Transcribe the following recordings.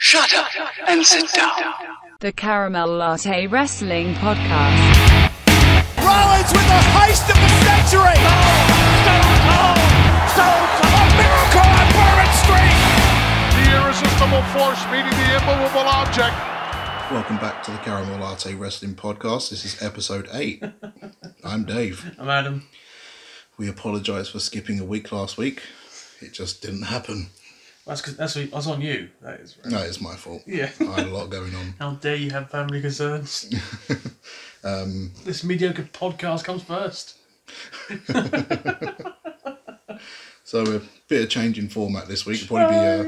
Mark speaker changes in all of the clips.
Speaker 1: Shut up and sit down.
Speaker 2: The Caramel Latte Wrestling Podcast.
Speaker 3: Rollins with the heist of the century. A miracle on Bourbon Street.
Speaker 4: The irresistible force meeting the immovable object.
Speaker 5: Welcome back to the Caramel Latte Wrestling Podcast. This is episode eight. I'm Dave.
Speaker 6: I'm Adam.
Speaker 5: We apologise for skipping a week last week. It just didn't happen.
Speaker 6: That's 'cause- that's that's on you. That is. Right.
Speaker 5: No, it's my fault.
Speaker 6: Yeah.
Speaker 5: I had a lot going on.
Speaker 6: How dare you have family concerns?
Speaker 5: Um,
Speaker 6: this mediocre podcast comes first.
Speaker 5: So a bit of change in format this week. Probably be a, uh,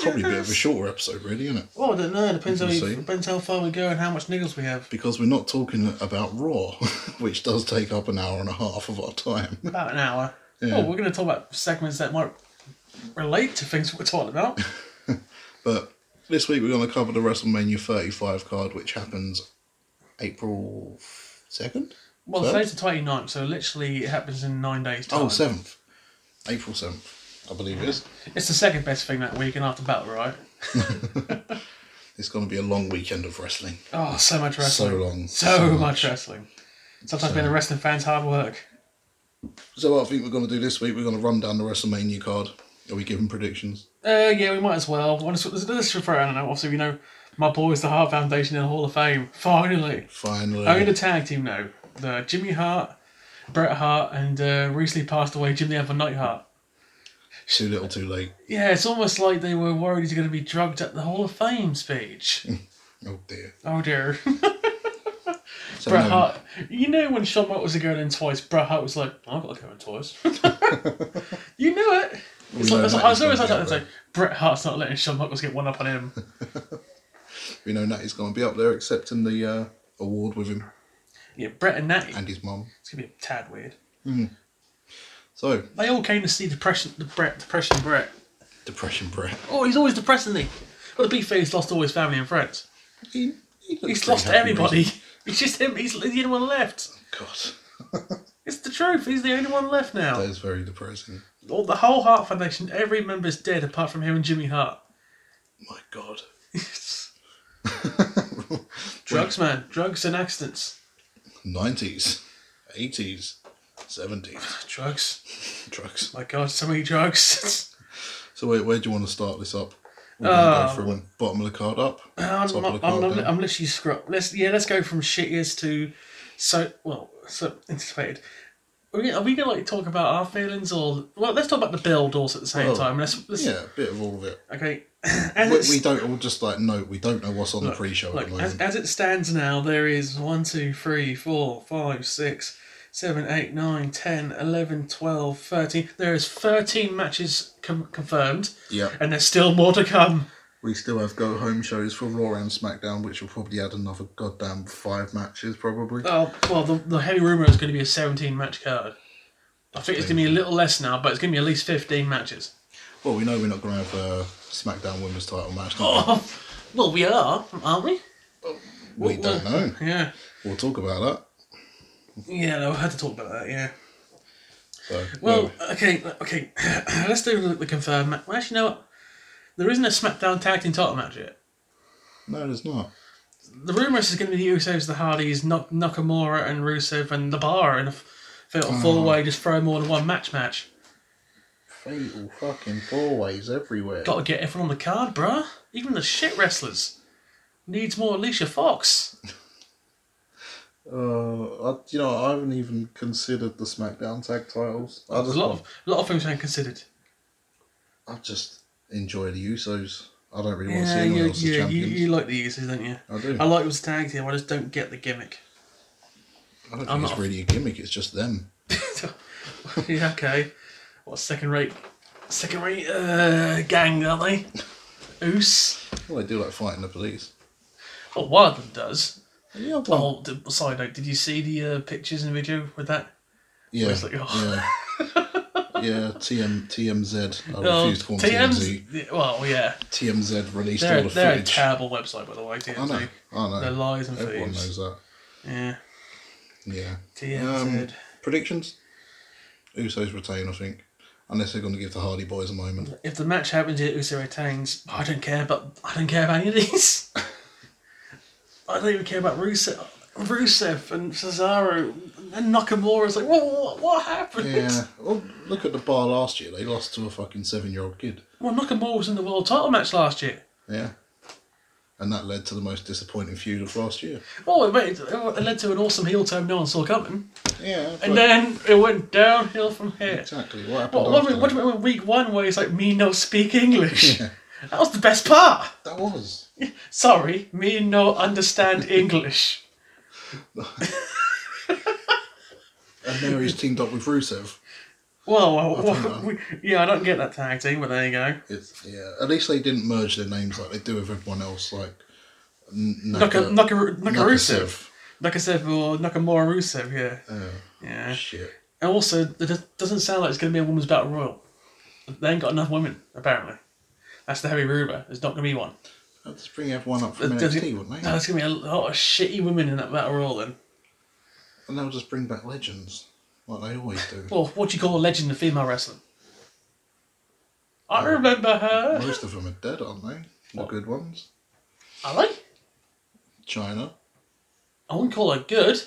Speaker 5: probably a bit of a shorter episode, really, isn't it?
Speaker 6: Well, I don't know. It depends how
Speaker 5: We'll
Speaker 6: we,
Speaker 5: see.
Speaker 6: depends how far we go and how much niggles we have.
Speaker 5: Because we're not talking about Raw, which does take up an hour and a half of our time.
Speaker 6: About an hour. Oh, we're going to talk about segments that might relate to things we're talking about.
Speaker 5: But this week we're going to cover the WrestleMania 35 card, which happens April 2nd?
Speaker 6: Well,
Speaker 5: Third?
Speaker 6: today's the 29th, so literally it happens in nine days. Time.
Speaker 5: Oh, 7th. April 7th, I believe it is.
Speaker 6: It's the second best thing that week, and after battle, right?
Speaker 5: It's going to be a long weekend of wrestling.
Speaker 6: Oh, so much wrestling.
Speaker 5: So long.
Speaker 6: So, much. wrestling. Sometimes being a wrestling fan's hard work.
Speaker 5: So what I think we're going to do this week, we're going to run down the WrestleMania card. Are we giving predictions?
Speaker 6: Uh, yeah, we might as well. Well, Let's, let's do this for I don't know. Obviously, we know my boys, the Hart Foundation, in the Hall of Fame. Finally,
Speaker 5: Finally.
Speaker 6: only the tag team now. The Jimmy Hart, Bret Hart, and uh, recently passed away Jimmy Ever Nightheart.
Speaker 5: Too little too late.
Speaker 6: Yeah, it's almost like they were worried he's going to be drugged at the Hall of Fame speech.
Speaker 5: Oh dear.
Speaker 6: oh dear,
Speaker 5: So
Speaker 6: Bret
Speaker 5: no,
Speaker 6: Hart. You know when Shawn Michaels was going in twice, Bret Hart was like, "I've got to go in twice." you knew it.
Speaker 5: we
Speaker 6: It's
Speaker 5: know
Speaker 6: like,
Speaker 5: Natty's
Speaker 6: it's like, I was
Speaker 5: gonna
Speaker 6: always like,
Speaker 5: be up
Speaker 6: that, it's
Speaker 5: there.
Speaker 6: like, Bret Hart's not letting Shawn Michaels get one up on him.
Speaker 5: We know Natty's going to be up there accepting the uh, award with him
Speaker 6: Yeah, Bret and Natty.
Speaker 5: and his mum.
Speaker 6: It's gonna be a tad weird.
Speaker 5: So,
Speaker 6: They all came to see depression, the Brett, depression Brett.
Speaker 5: Depression Brett.
Speaker 6: Oh, he's always depressing me. But the big thing, he's lost all his family and friends.
Speaker 5: He, he looks
Speaker 6: He's
Speaker 5: pretty
Speaker 6: lost
Speaker 5: happy,
Speaker 6: everybody.
Speaker 5: really.
Speaker 6: It's just him. He's the only one left.
Speaker 5: God,
Speaker 6: It's the truth. He's the only one left
Speaker 5: that
Speaker 6: now.
Speaker 5: is very depressing.
Speaker 6: All the whole Hart Foundation, every member's dead apart from him and Jimmy Hart.
Speaker 5: My God.
Speaker 6: Drugs, man. Drugs and accidents.
Speaker 5: 90s, 80s, 70s.
Speaker 6: Drugs.
Speaker 5: Drugs.
Speaker 6: My God, so many drugs.
Speaker 5: So where, where do you want to start this up? We're going
Speaker 6: Um,
Speaker 5: to go from bottom of the card up.
Speaker 6: I'm,
Speaker 5: top
Speaker 6: I'm,
Speaker 5: of the
Speaker 6: I'm,
Speaker 5: card down.
Speaker 6: I'm literally scrub. Let's yeah, let's go from shittiest to so well so anticipated. Are we, are we gonna like talk about our feelings or well? Let's talk about the build also at the same
Speaker 5: Well,
Speaker 6: time. Let's, let's
Speaker 5: Oh, yeah, a bit of all of it.
Speaker 6: okay. As
Speaker 5: we,
Speaker 6: it's-
Speaker 5: we don't all just like note we don't know what's on the pre-show at
Speaker 6: uh, look,
Speaker 5: the
Speaker 6: as,
Speaker 5: moment.
Speaker 6: as it stands now, there is one, two, three, four, five, six, seven, eight, nine, ten, eleven, twelve, thirteen. There is thirteen matches com- confirmed,
Speaker 5: yeah,
Speaker 6: and there's still more to come.
Speaker 5: we still have go home shows for Raw and SmackDown, which will probably add another goddamn five matches, probably.
Speaker 6: Oh well, the, the heavy rumor is going to be a seventeen match card. I think it's going to be a little less now, but it's going to be at least fifteen matches.
Speaker 5: well, we know we're not going to have a SmackDown Women's Title match. Oh,
Speaker 6: Oh, well, we are, aren't we?
Speaker 5: we don't know.
Speaker 6: Yeah,
Speaker 5: We'll talk about
Speaker 6: yeah. No, I had to talk about that. Yeah.
Speaker 5: that. So,
Speaker 6: Well, okay, okay. Let's do the, the confirmed match. Well, actually, no. There isn't a SmackDown Tag Team Title match yet.
Speaker 5: no, there's not.
Speaker 6: The rumor is going to be the Usos, the Hardys, Nak- Nakamura, and Rusev, and the Bar, and a f- fatal four way. Just throw more than one match. Match.
Speaker 5: Fatal fucking four ways everywhere.
Speaker 6: Got to get everyone on the card, bruh. Even the shit wrestlers needs more Alicia Fox.
Speaker 5: Uh, I, you know, I haven't even considered the SmackDown tag titles. I
Speaker 6: There's
Speaker 5: just,
Speaker 6: a lot of a lot of things being considered.
Speaker 5: I just enjoy the Usos. I don't really want to see
Speaker 6: Yeah,
Speaker 5: anyone
Speaker 6: you,
Speaker 5: else as
Speaker 6: you, you,
Speaker 5: champions. Oh,
Speaker 6: you like the uses, don't you?
Speaker 5: I do.
Speaker 6: I like it was tag team. I just don't get the gimmick.
Speaker 5: I don't think
Speaker 6: I'm
Speaker 5: it's
Speaker 6: not-
Speaker 5: really a gimmick. It's just them.
Speaker 6: yeah, okay. What second rate, second rate uh, gang are they? Oos.
Speaker 5: Well, they do like fighting the police.
Speaker 6: Oh, one of them does.
Speaker 5: Yeah, well,
Speaker 6: Oh, d- side note, did you see the uh, pictures and video with that?
Speaker 5: yeah,
Speaker 6: it's like, oh.
Speaker 5: yeah, yeah. TM TMZ. I
Speaker 6: Oh,
Speaker 5: refuse to call them TMZ.
Speaker 6: yeah, Well, yeah,
Speaker 5: TMZ released all
Speaker 6: they're,
Speaker 5: the
Speaker 6: they're a
Speaker 5: footage.
Speaker 6: terrible website, by the way. TMZ.
Speaker 5: I know. I know.
Speaker 6: They're liars and
Speaker 5: Everyone
Speaker 6: thieves.
Speaker 5: knows that.
Speaker 6: Yeah,
Speaker 5: Yeah.
Speaker 6: TMZ.
Speaker 5: Um, predictions. Usos retain. I think. Unless they're going to give the Hardy Boys a moment.
Speaker 6: If the match happens yet Uso retains, I don't care. But I don't care about any of these. I don't even care about Rusev, Rusev and Cesaro and Nakamura's like, what, what, what happened?
Speaker 5: Yeah. Well, look at the bar last year. They lost to a fucking seven year old kid.
Speaker 6: Well, Nakamura was in the world title match last year.
Speaker 5: Yeah. And that led to the most disappointing feud of last year.
Speaker 6: Oh, it, made, it led to an awesome heel turn no one saw coming.
Speaker 5: Yeah. but-
Speaker 6: And then it went downhill from here.
Speaker 5: Exactly. What happened?
Speaker 6: What, what,
Speaker 5: after
Speaker 6: what, do
Speaker 5: that?
Speaker 6: you mean week one where he's like, me no speak English? That was the best part.
Speaker 5: that was.
Speaker 6: Sorry, me no understand English.
Speaker 5: And now he's teamed up with Rusev.
Speaker 6: Well, well,
Speaker 5: don't
Speaker 6: well,
Speaker 5: know.
Speaker 6: we, yeah, I don't get that tag team, but there you go.
Speaker 5: It's yeah. At least they didn't merge their names like they do with everyone else. Like N-
Speaker 6: Naka,
Speaker 5: Naka-
Speaker 6: Naka, Naka Rusev.
Speaker 5: Nakasev.
Speaker 6: Nakasev or Nakamura Rusev, yeah. yeah.
Speaker 5: Shit.
Speaker 6: And also, it do- doesn't sound like it's going to be a women's battle royal. They ain't got enough women, apparently. That's the heavy rumour. There's not going to be one.
Speaker 5: Let's bring everyone up from
Speaker 6: There's-
Speaker 5: NXT,
Speaker 6: no,
Speaker 5: wouldn't they?
Speaker 6: there's going to be a lot of shitty women in that battle royal then.
Speaker 5: And they'll just bring back legends, like they always do.
Speaker 6: Well, what do you call a legend of female wrestling? I remember her.
Speaker 5: Most of them are dead, aren't they? The good ones.
Speaker 6: Are they?
Speaker 5: China,
Speaker 6: I wouldn't call her good.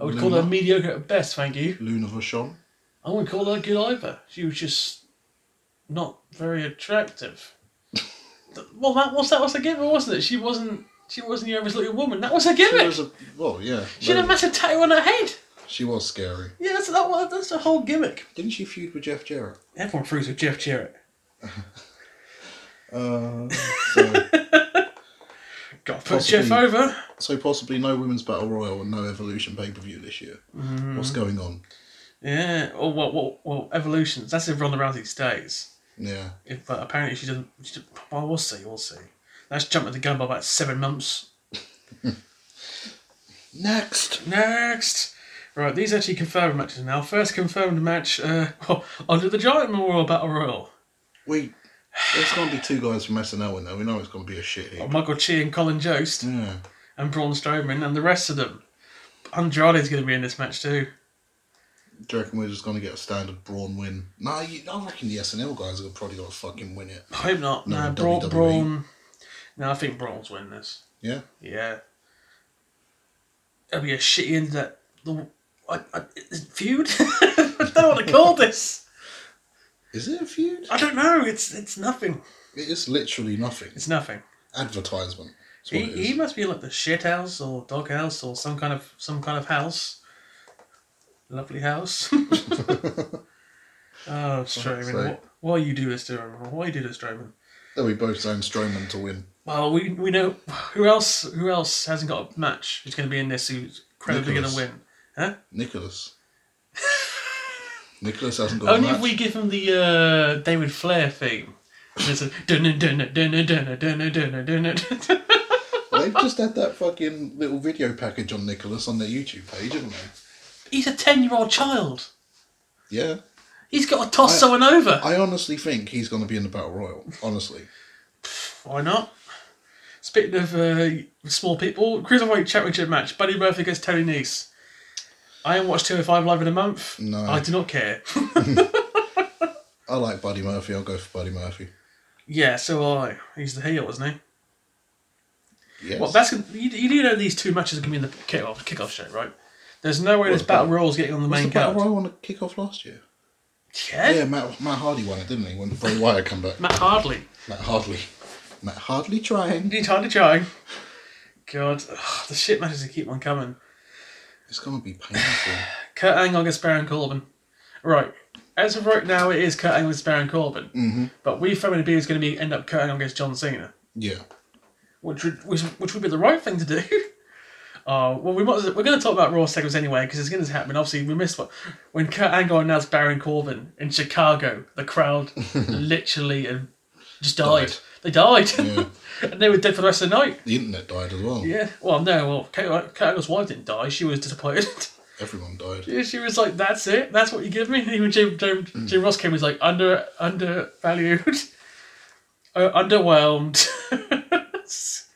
Speaker 6: I would call her
Speaker 5: Luna.
Speaker 6: mediocre at best, thank you.
Speaker 5: Luna Vachon.
Speaker 6: I wouldn't call her good either. She was just not very attractive. Th- well, that was that was a given, wasn't it? She wasn't she wasn't your average looking woman. That was a
Speaker 5: She
Speaker 6: gimmick.
Speaker 5: was a well, yeah.
Speaker 6: She had a
Speaker 5: they-
Speaker 6: massive tattoo on her head.
Speaker 5: she was scary.
Speaker 6: Yeah, that's that, was- that's a whole gimmick.
Speaker 5: Didn't she feud with Jeff Jarrett?
Speaker 6: Everyone frees with Jeff Jarrett.
Speaker 5: Uh, so,
Speaker 6: Got to put
Speaker 5: Possibly.
Speaker 6: Jeff over.
Speaker 5: so possibly no women's battle royal and no evolution pay per view this year.
Speaker 6: Mm-hmm.
Speaker 5: What's going on?
Speaker 6: Yeah. Or well, well, well, evolutions. That's if Ronda Rousey stays.
Speaker 5: Yeah.
Speaker 6: If, but apparently she doesn't. She doesn't well, we'll see. We'll see. That's jumping the gun by about seven months.
Speaker 5: Next.
Speaker 6: Next. Right, these actually confirmed matches now. First confirmed match uh, under the Giant Memorial Battle Royal.
Speaker 5: Wait. There's gonna be two guys from SNL in there. We know it's gonna be a shit heap.
Speaker 6: Michael Chi and Colin Jost
Speaker 5: Yeah.
Speaker 6: and Braun Strowman and the rest of them. Andrade's going to be in this match too.
Speaker 5: Do you reckon we're just gonna get a standard Braun win? No, you, I reckon the SNL guys are probably gonna fucking win it.
Speaker 6: I hope not.
Speaker 5: No,
Speaker 6: No,
Speaker 5: WWE.
Speaker 6: Braun, Braun. No, I think Braun's win this.
Speaker 5: Yeah.
Speaker 6: Yeah. It'll be a shitty end to that. The, I, I, feud? I don't know what to call this.
Speaker 5: Is it a feud?
Speaker 6: I don't know. It's it's nothing.
Speaker 5: It is literally nothing.
Speaker 6: It's nothing.
Speaker 5: advertisement. That's what
Speaker 6: He,
Speaker 5: it is.
Speaker 6: he must be in, like the shit house or dog house or some kind of some kind of house. Lovely house. oh, Strowman,
Speaker 5: So-
Speaker 6: wh- why you do this to him? Why you do this, Strowman?
Speaker 5: That we both signed Strowman to win.
Speaker 6: Well, we we know who else who else hasn't got a match who's going to be in this who's credibly going to
Speaker 5: Nicholas.
Speaker 6: win. Huh?
Speaker 5: Nicholas. Nicholas hasn't got
Speaker 6: Only
Speaker 5: a
Speaker 6: if
Speaker 5: match.
Speaker 6: we give him the uh, David Flair theme. And It's a dunna dunna dunna dunna dunna dunna dunna.
Speaker 5: They've just had that fucking little video package on Nicholas on their YouTube page, haven't they?
Speaker 6: He's a ten-year-old child.
Speaker 5: Yeah.
Speaker 6: He's got to toss
Speaker 5: I-
Speaker 6: someone over.
Speaker 5: I honestly think he's going to be in the Battle Royal. Honestly.
Speaker 6: Why not? Speaking of uh, small people, Cruiserweight Championship match Buddy Murphy against Tony Nese. I haven't watched 205 Live in a month.
Speaker 5: No.
Speaker 6: I do not care.
Speaker 5: I like Buddy Murphy. I'll go for Buddy Murphy.
Speaker 6: yeah, so will I. He's the heel, isn't he?
Speaker 5: Yes.
Speaker 6: Well, that's gonna- you, you do know these two matches are going to be in the kickoff, kickoff show, right? There's no way this
Speaker 5: What's
Speaker 6: Battle
Speaker 5: that?
Speaker 6: Royal's getting on the
Speaker 5: Was
Speaker 6: main
Speaker 5: the Battle
Speaker 6: card.
Speaker 5: Royal on the kickoff last year?
Speaker 6: Yeah?
Speaker 5: Yeah, Matt, Matt Hardy won it, didn't he? When Bray Wyatt come back.
Speaker 6: Matt Hardley.
Speaker 5: Matt Hardly. Matt Hardly trying.
Speaker 6: Need time to try. God, ugh, the shit matches that keep on coming.
Speaker 5: It's going to be painful.
Speaker 6: Kurt Angle against Baron Corbin. Right. As of right now, it is Kurt Angle against Baron Corbin. Mm-hmm. But we firmly believe it's going to be end up Kurt Angle against John Cena,
Speaker 5: yeah.
Speaker 6: which would, which, which would be the right thing to do. Uh, well, we might, as well- we're going to talk about Raw segments anyway because it's going to happen. Obviously, we missed what when Kurt Angle announced Baron Corbin in Chicago. The crowd literally uh, just died.
Speaker 5: Died.
Speaker 6: They died,
Speaker 5: Yeah.
Speaker 6: and they were dead for the rest of the night.
Speaker 5: the internet died as well.
Speaker 6: Yeah. Well, no. Well, Kurt Kurt Angle's wife didn't die. She was disappointed.
Speaker 5: Everyone died.
Speaker 6: Yeah, she was like, "That's it. That's what you give me." And even Jim, Jim,
Speaker 5: Hmm.
Speaker 6: Jim Ross came and was like, "Under, undervalued, uh, underwhelmed."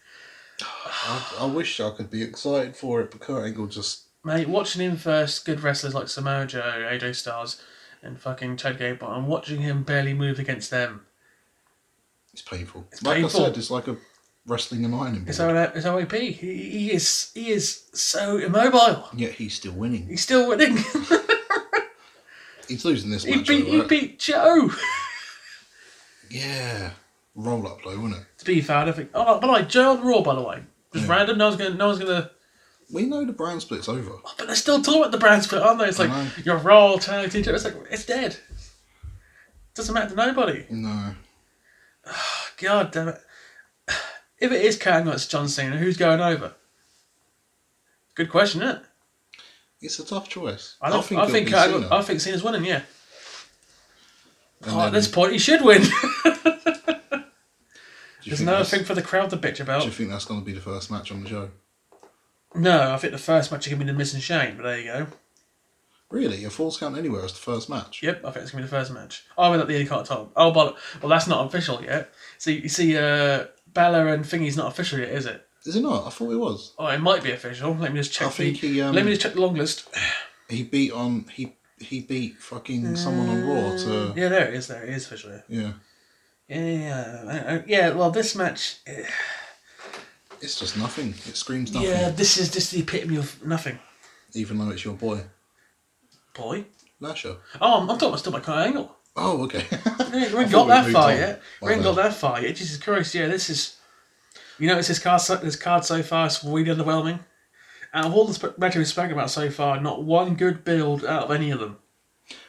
Speaker 5: I, I wish I could be excited for it, but Kurt Angle just
Speaker 6: Mate, watching him versus good wrestlers like Samoa Joe, AJ Styles, and fucking Chad Gable. I'm watching him barely move against them.
Speaker 5: It's painful.
Speaker 6: It's
Speaker 5: like
Speaker 6: painful.
Speaker 5: I said, it's like a wrestling an ironing board.
Speaker 6: It's O- it's OAP. He, he is he is so immobile.
Speaker 5: Yet he's still winning.
Speaker 6: He's still winning.
Speaker 5: He's losing this
Speaker 6: he
Speaker 5: match.
Speaker 6: beat he
Speaker 5: though, right?
Speaker 6: beat Joe.
Speaker 5: Yeah. Roll up though, wasn't it?
Speaker 6: to be fair, I don't think. Oh, by the way, Joe on Raw. By the way, just
Speaker 5: Yeah.
Speaker 6: random. No one's gonna. No one's gonna.
Speaker 5: We know the brand split's over.
Speaker 6: But they're still talking about the brand split, aren't they? It's
Speaker 5: I
Speaker 6: like
Speaker 5: know.
Speaker 6: your Raw tag team. It's like it's dead. Doesn't matter to nobody.
Speaker 5: No.
Speaker 6: God damn it. If it is Kurt Angle, it's John Cena. Who's going over? Good question, isn't it?
Speaker 5: It's a tough choice.
Speaker 6: I, don't, think I
Speaker 5: it'll
Speaker 6: think
Speaker 5: be
Speaker 6: Kurt
Speaker 5: Cena.
Speaker 6: Angle, I think Cena's winning. Yeah.
Speaker 5: And
Speaker 6: Oh, at
Speaker 5: then-
Speaker 6: this point, he should win.
Speaker 5: do you
Speaker 6: There's
Speaker 5: think
Speaker 6: another
Speaker 5: that's-
Speaker 6: thing for the crowd to bitch
Speaker 5: Do you
Speaker 6: about.
Speaker 5: think that's going to be the first match on the show?
Speaker 6: No, I think the first match is going to be the Miz and Shane, but there you go.
Speaker 5: Really? A false count anywhere is the first match.
Speaker 6: Yep, I think it's going to be the first match. Oh, without the Elite title. Oh, but well, that's not official yet. See, you see, uh, Balor and Thingy's not official yet, is it?
Speaker 5: Is it not? I thought it was.
Speaker 6: Oh, it might be official. Let me just check
Speaker 5: I think
Speaker 6: the.
Speaker 5: he, um,
Speaker 6: Let me just check the long list.
Speaker 5: He beat on he he beat fucking someone on Raw to yeah.
Speaker 6: Yeah, there it is. There it is official.
Speaker 5: yeah.
Speaker 6: Yeah, yeah, yeah. Uh, yeah. Well, this match. eh,
Speaker 5: It's just nothing. It screams nothing.
Speaker 6: Yeah, this is just the epitome of nothing,
Speaker 5: Even though it's your boy
Speaker 6: boy.
Speaker 5: Lasher.
Speaker 6: Oh, I'm, I'm talking about still my Kurt Angle.
Speaker 5: Oh, okay.
Speaker 6: We ain't- we
Speaker 5: I thought
Speaker 6: ain't got
Speaker 5: we'd
Speaker 6: that
Speaker 5: moved
Speaker 6: far
Speaker 5: on.
Speaker 6: yet.
Speaker 5: My
Speaker 6: We ain't
Speaker 5: bad.
Speaker 6: got that far yet. Jesus Christ, yeah, this is. You notice this card so, this card so far is really underwhelming. Out of all the sp- matches we've spoken about so far, not one good build out of any of them.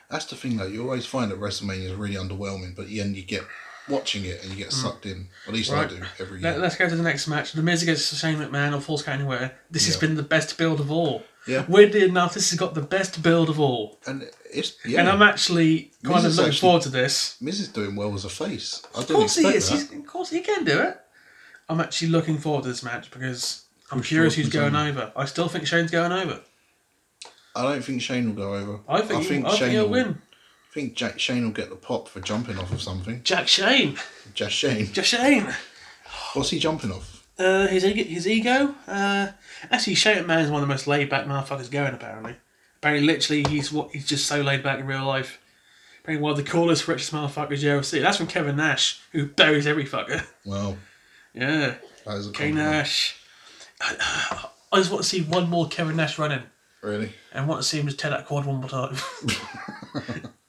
Speaker 5: That's the thing though. You always find that WrestleMania is really underwhelming, but then you get watching it and you get sucked in. At least I
Speaker 6: Mm. Right.
Speaker 5: do every year.
Speaker 6: Let, us go to the next match. The Miz against Shane McMahon or Falls Count Anywhere. This has
Speaker 5: Yeah.
Speaker 6: been the best build of all.
Speaker 5: Yeah.
Speaker 6: Weirdly enough, this has got the best build of all.
Speaker 5: and it's yeah.
Speaker 6: And I'm actually kind
Speaker 5: Miz
Speaker 6: of
Speaker 5: is
Speaker 6: looking
Speaker 5: actually-
Speaker 6: forward to this.
Speaker 5: Miz is doing well as a face. I
Speaker 6: Of
Speaker 5: didn't
Speaker 6: course he
Speaker 5: expect
Speaker 6: is.
Speaker 5: that.
Speaker 6: He's, of course he can do it. I'm actually looking forward to this match because I'm
Speaker 5: Who's
Speaker 6: curious
Speaker 5: Shawn's
Speaker 6: who's going
Speaker 5: on?
Speaker 6: over. I still think Shane's going over.
Speaker 5: I don't think Shane will go over.
Speaker 6: I think, he, I think
Speaker 5: will
Speaker 6: he'll win.
Speaker 5: I think Jack Shane will get the pop for jumping off of something.
Speaker 6: Jack Shane.
Speaker 5: Just Shane.
Speaker 6: Jack Shane.
Speaker 5: What's he jumping off?
Speaker 6: Uh, his ego. His ego uh, actually, Shane McMahon is one of the most laid back motherfuckers going. Apparently, apparently, literally, he's what he's just so laid back in real life. Apparently, one of the coolest, richest motherfuckers you ever see. That's from Kevin Nash, who buries every fucker.
Speaker 5: Well,
Speaker 6: Yeah,
Speaker 5: that is a
Speaker 6: K
Speaker 5: compliment.
Speaker 6: Nash. I just want to see one more Kevin Nash running.
Speaker 5: Really?
Speaker 6: and want to see him just tear that quad one more time.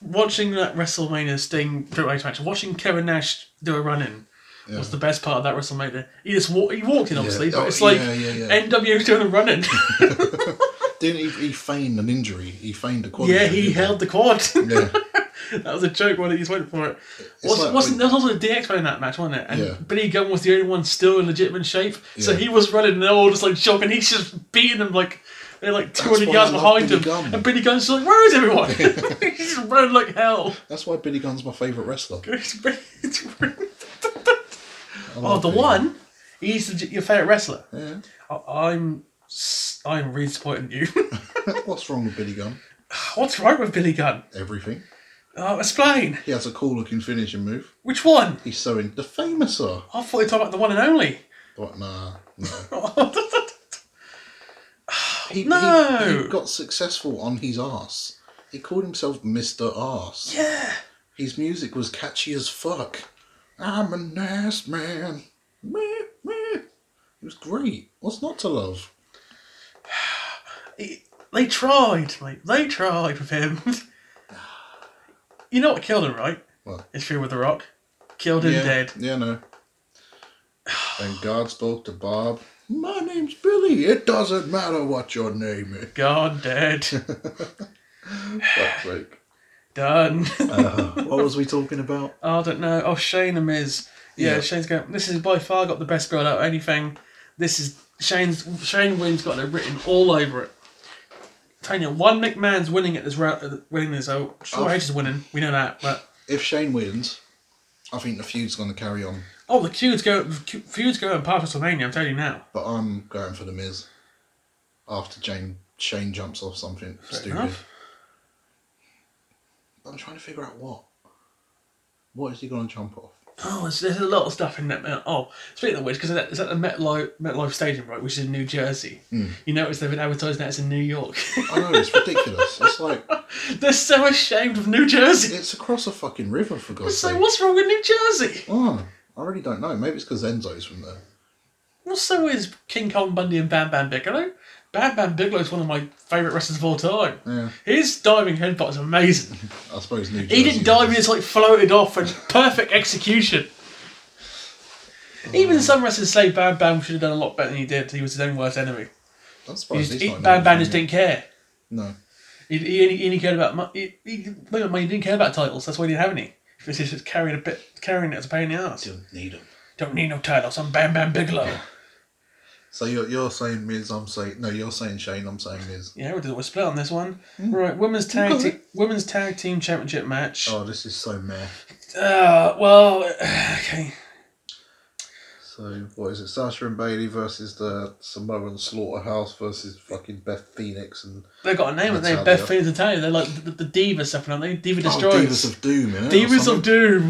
Speaker 6: watching that WrestleMania Sting Triple H match, watching Kevin Nash do a run in was the best part of that WrestleMania. He just wa- he walked in obviously,
Speaker 5: Oh,
Speaker 6: but it's like
Speaker 5: yeah, yeah, yeah.
Speaker 6: NWO doing a run in.
Speaker 5: Didn't he, he feign an injury? He feigned a quad.
Speaker 6: yeah,
Speaker 5: injury,
Speaker 6: he
Speaker 5: didn't
Speaker 6: held the quad.
Speaker 5: he? Yeah.
Speaker 6: that was a joke when he just went for it.
Speaker 5: It's
Speaker 6: Was,
Speaker 5: like
Speaker 6: wasn't
Speaker 5: when-
Speaker 6: there was also a DX man in that match, wasn't it? And
Speaker 5: Yeah.
Speaker 6: Billy Gunn was the only one still in legitimate shape, so
Speaker 5: Yeah.
Speaker 6: he was running, and they're all just like jogging. He's just beating them like they're like two hundred
Speaker 5: why
Speaker 6: yards
Speaker 5: I love
Speaker 6: behind
Speaker 5: Billy
Speaker 6: him,
Speaker 5: Gunn.
Speaker 6: and Billy Gunn's just like, "Where is everyone?" he's just running like hell.
Speaker 5: That's why Billy Gunn's my favourite wrestler.
Speaker 6: It's brilliant. It's brilliant.
Speaker 5: I
Speaker 6: oh,
Speaker 5: love
Speaker 6: the
Speaker 5: Billy
Speaker 6: one. He's the, your favorite wrestler.
Speaker 5: Gunn.
Speaker 6: I, I'm s- I'm really disappointed in you.
Speaker 5: Yeah. What's wrong with Billy Gunn?
Speaker 6: What's wrong with Billy Gunn?
Speaker 5: Everything.
Speaker 6: Oh, explain.
Speaker 5: He has a cool looking finishing move.
Speaker 6: Which one?
Speaker 5: He's so in. The famouser.
Speaker 6: I thought you were talking about the one and only.
Speaker 5: What? Nah, no. He,
Speaker 6: No.
Speaker 5: He, he got successful on his ass. He called himself Mr. Ass. Yeah. His music was catchy as fuck. I'm an ass man. Meh, meh. It was great. What's not to love?
Speaker 6: They tried, mate. They tried with him. you know what killed him, right?
Speaker 5: What?
Speaker 6: It's Fear with the Rock. Killed him
Speaker 5: yeah,
Speaker 6: dead.
Speaker 5: Yeah, no. and God spoke to Bob. My name's Billy. It doesn't matter what your name is.
Speaker 6: God dead.
Speaker 5: Fuck's sake.
Speaker 6: Done.
Speaker 5: what was we talking about?
Speaker 6: I don't know. Oh, Shane and Miz. Yeah,
Speaker 5: Yeah.
Speaker 6: Shane's going. This is by far got the best build out of anything. This is Shane's. Shane Wynn's got it written all over it. Tanya, one McMahon's winning at this round. Winning this. Oh, Triple
Speaker 5: Oh.
Speaker 6: H is winning. We know that. But
Speaker 5: If Shane wins, I think the feud's going to carry on.
Speaker 6: oh, the feuds go. The cu- feuds go in past WrestleMania. I'm telling you now.
Speaker 5: But I'm going for the Miz. After Jane Shane jumps off something stupid.
Speaker 6: enough.
Speaker 5: But I'm trying to figure out what. What is he gonna jump off?
Speaker 6: Oh, there's, there's a lot of stuff in that. uh, Oh, speaking of which, because it's at the MetLife, MetLife Stadium, right, which is in New Jersey.
Speaker 5: Hmm.
Speaker 6: You notice they've been advertising that it's in New York.
Speaker 5: I know it's ridiculous. it's like
Speaker 6: They're so ashamed of New Jersey.
Speaker 5: it's across a fucking river for God's
Speaker 6: So
Speaker 5: sake.
Speaker 6: what's wrong with New Jersey?
Speaker 5: Oh, I really don't know. Maybe it's because Enzo's from there.
Speaker 6: What's so weird is King Kong Bundy and Bam Bam Bigelow? Bam Bam Bigelow is one of my favourite wrestlers of all time.
Speaker 5: Yeah.
Speaker 6: His diving headbutt is amazing.
Speaker 5: I suppose New Jersey.
Speaker 6: He didn't dive, he just like floated off and perfect execution.
Speaker 5: Mm.
Speaker 6: Even some wrestlers say Bam Bam should have done a lot better than he did. He was his own worst enemy.
Speaker 5: I'm
Speaker 6: He
Speaker 5: surprised he's
Speaker 6: just, he,
Speaker 5: not in
Speaker 6: Bam
Speaker 5: there,
Speaker 6: Bam just
Speaker 5: isn't he?
Speaker 6: didn't care.
Speaker 5: No.
Speaker 6: He, he, only, he only cared about mo- he, he, wait a minute, he didn't care about titles. That's why he didn't have any. He was just carrying a bit, carrying it as a pain in the ass.
Speaker 5: Didn't need him.
Speaker 6: Don't need no titles. I'm Bam Bam Bigelow.
Speaker 5: So you're, you're saying Miz, I'm saying no. You're saying Shane, I'm saying Miz.
Speaker 6: Yeah, we'll do a split on this one. Right, women's tag te- women's tag team championship match.
Speaker 5: Oh, this is so meh.
Speaker 6: Uh, well, okay.
Speaker 5: So what is it? Sasha and Bailey versus the Samoan Slaughterhouse versus fucking Beth Phoenix and
Speaker 6: They got a name, haven't they?
Speaker 5: Natalia.
Speaker 6: Beth Phoenix and Talia. They're like the, the Diva stuff, aren't they? Diva
Speaker 5: oh,
Speaker 6: Destroyers.
Speaker 5: Divas of Doom. innit, or
Speaker 6: Divas of
Speaker 5: something?
Speaker 6: Doom.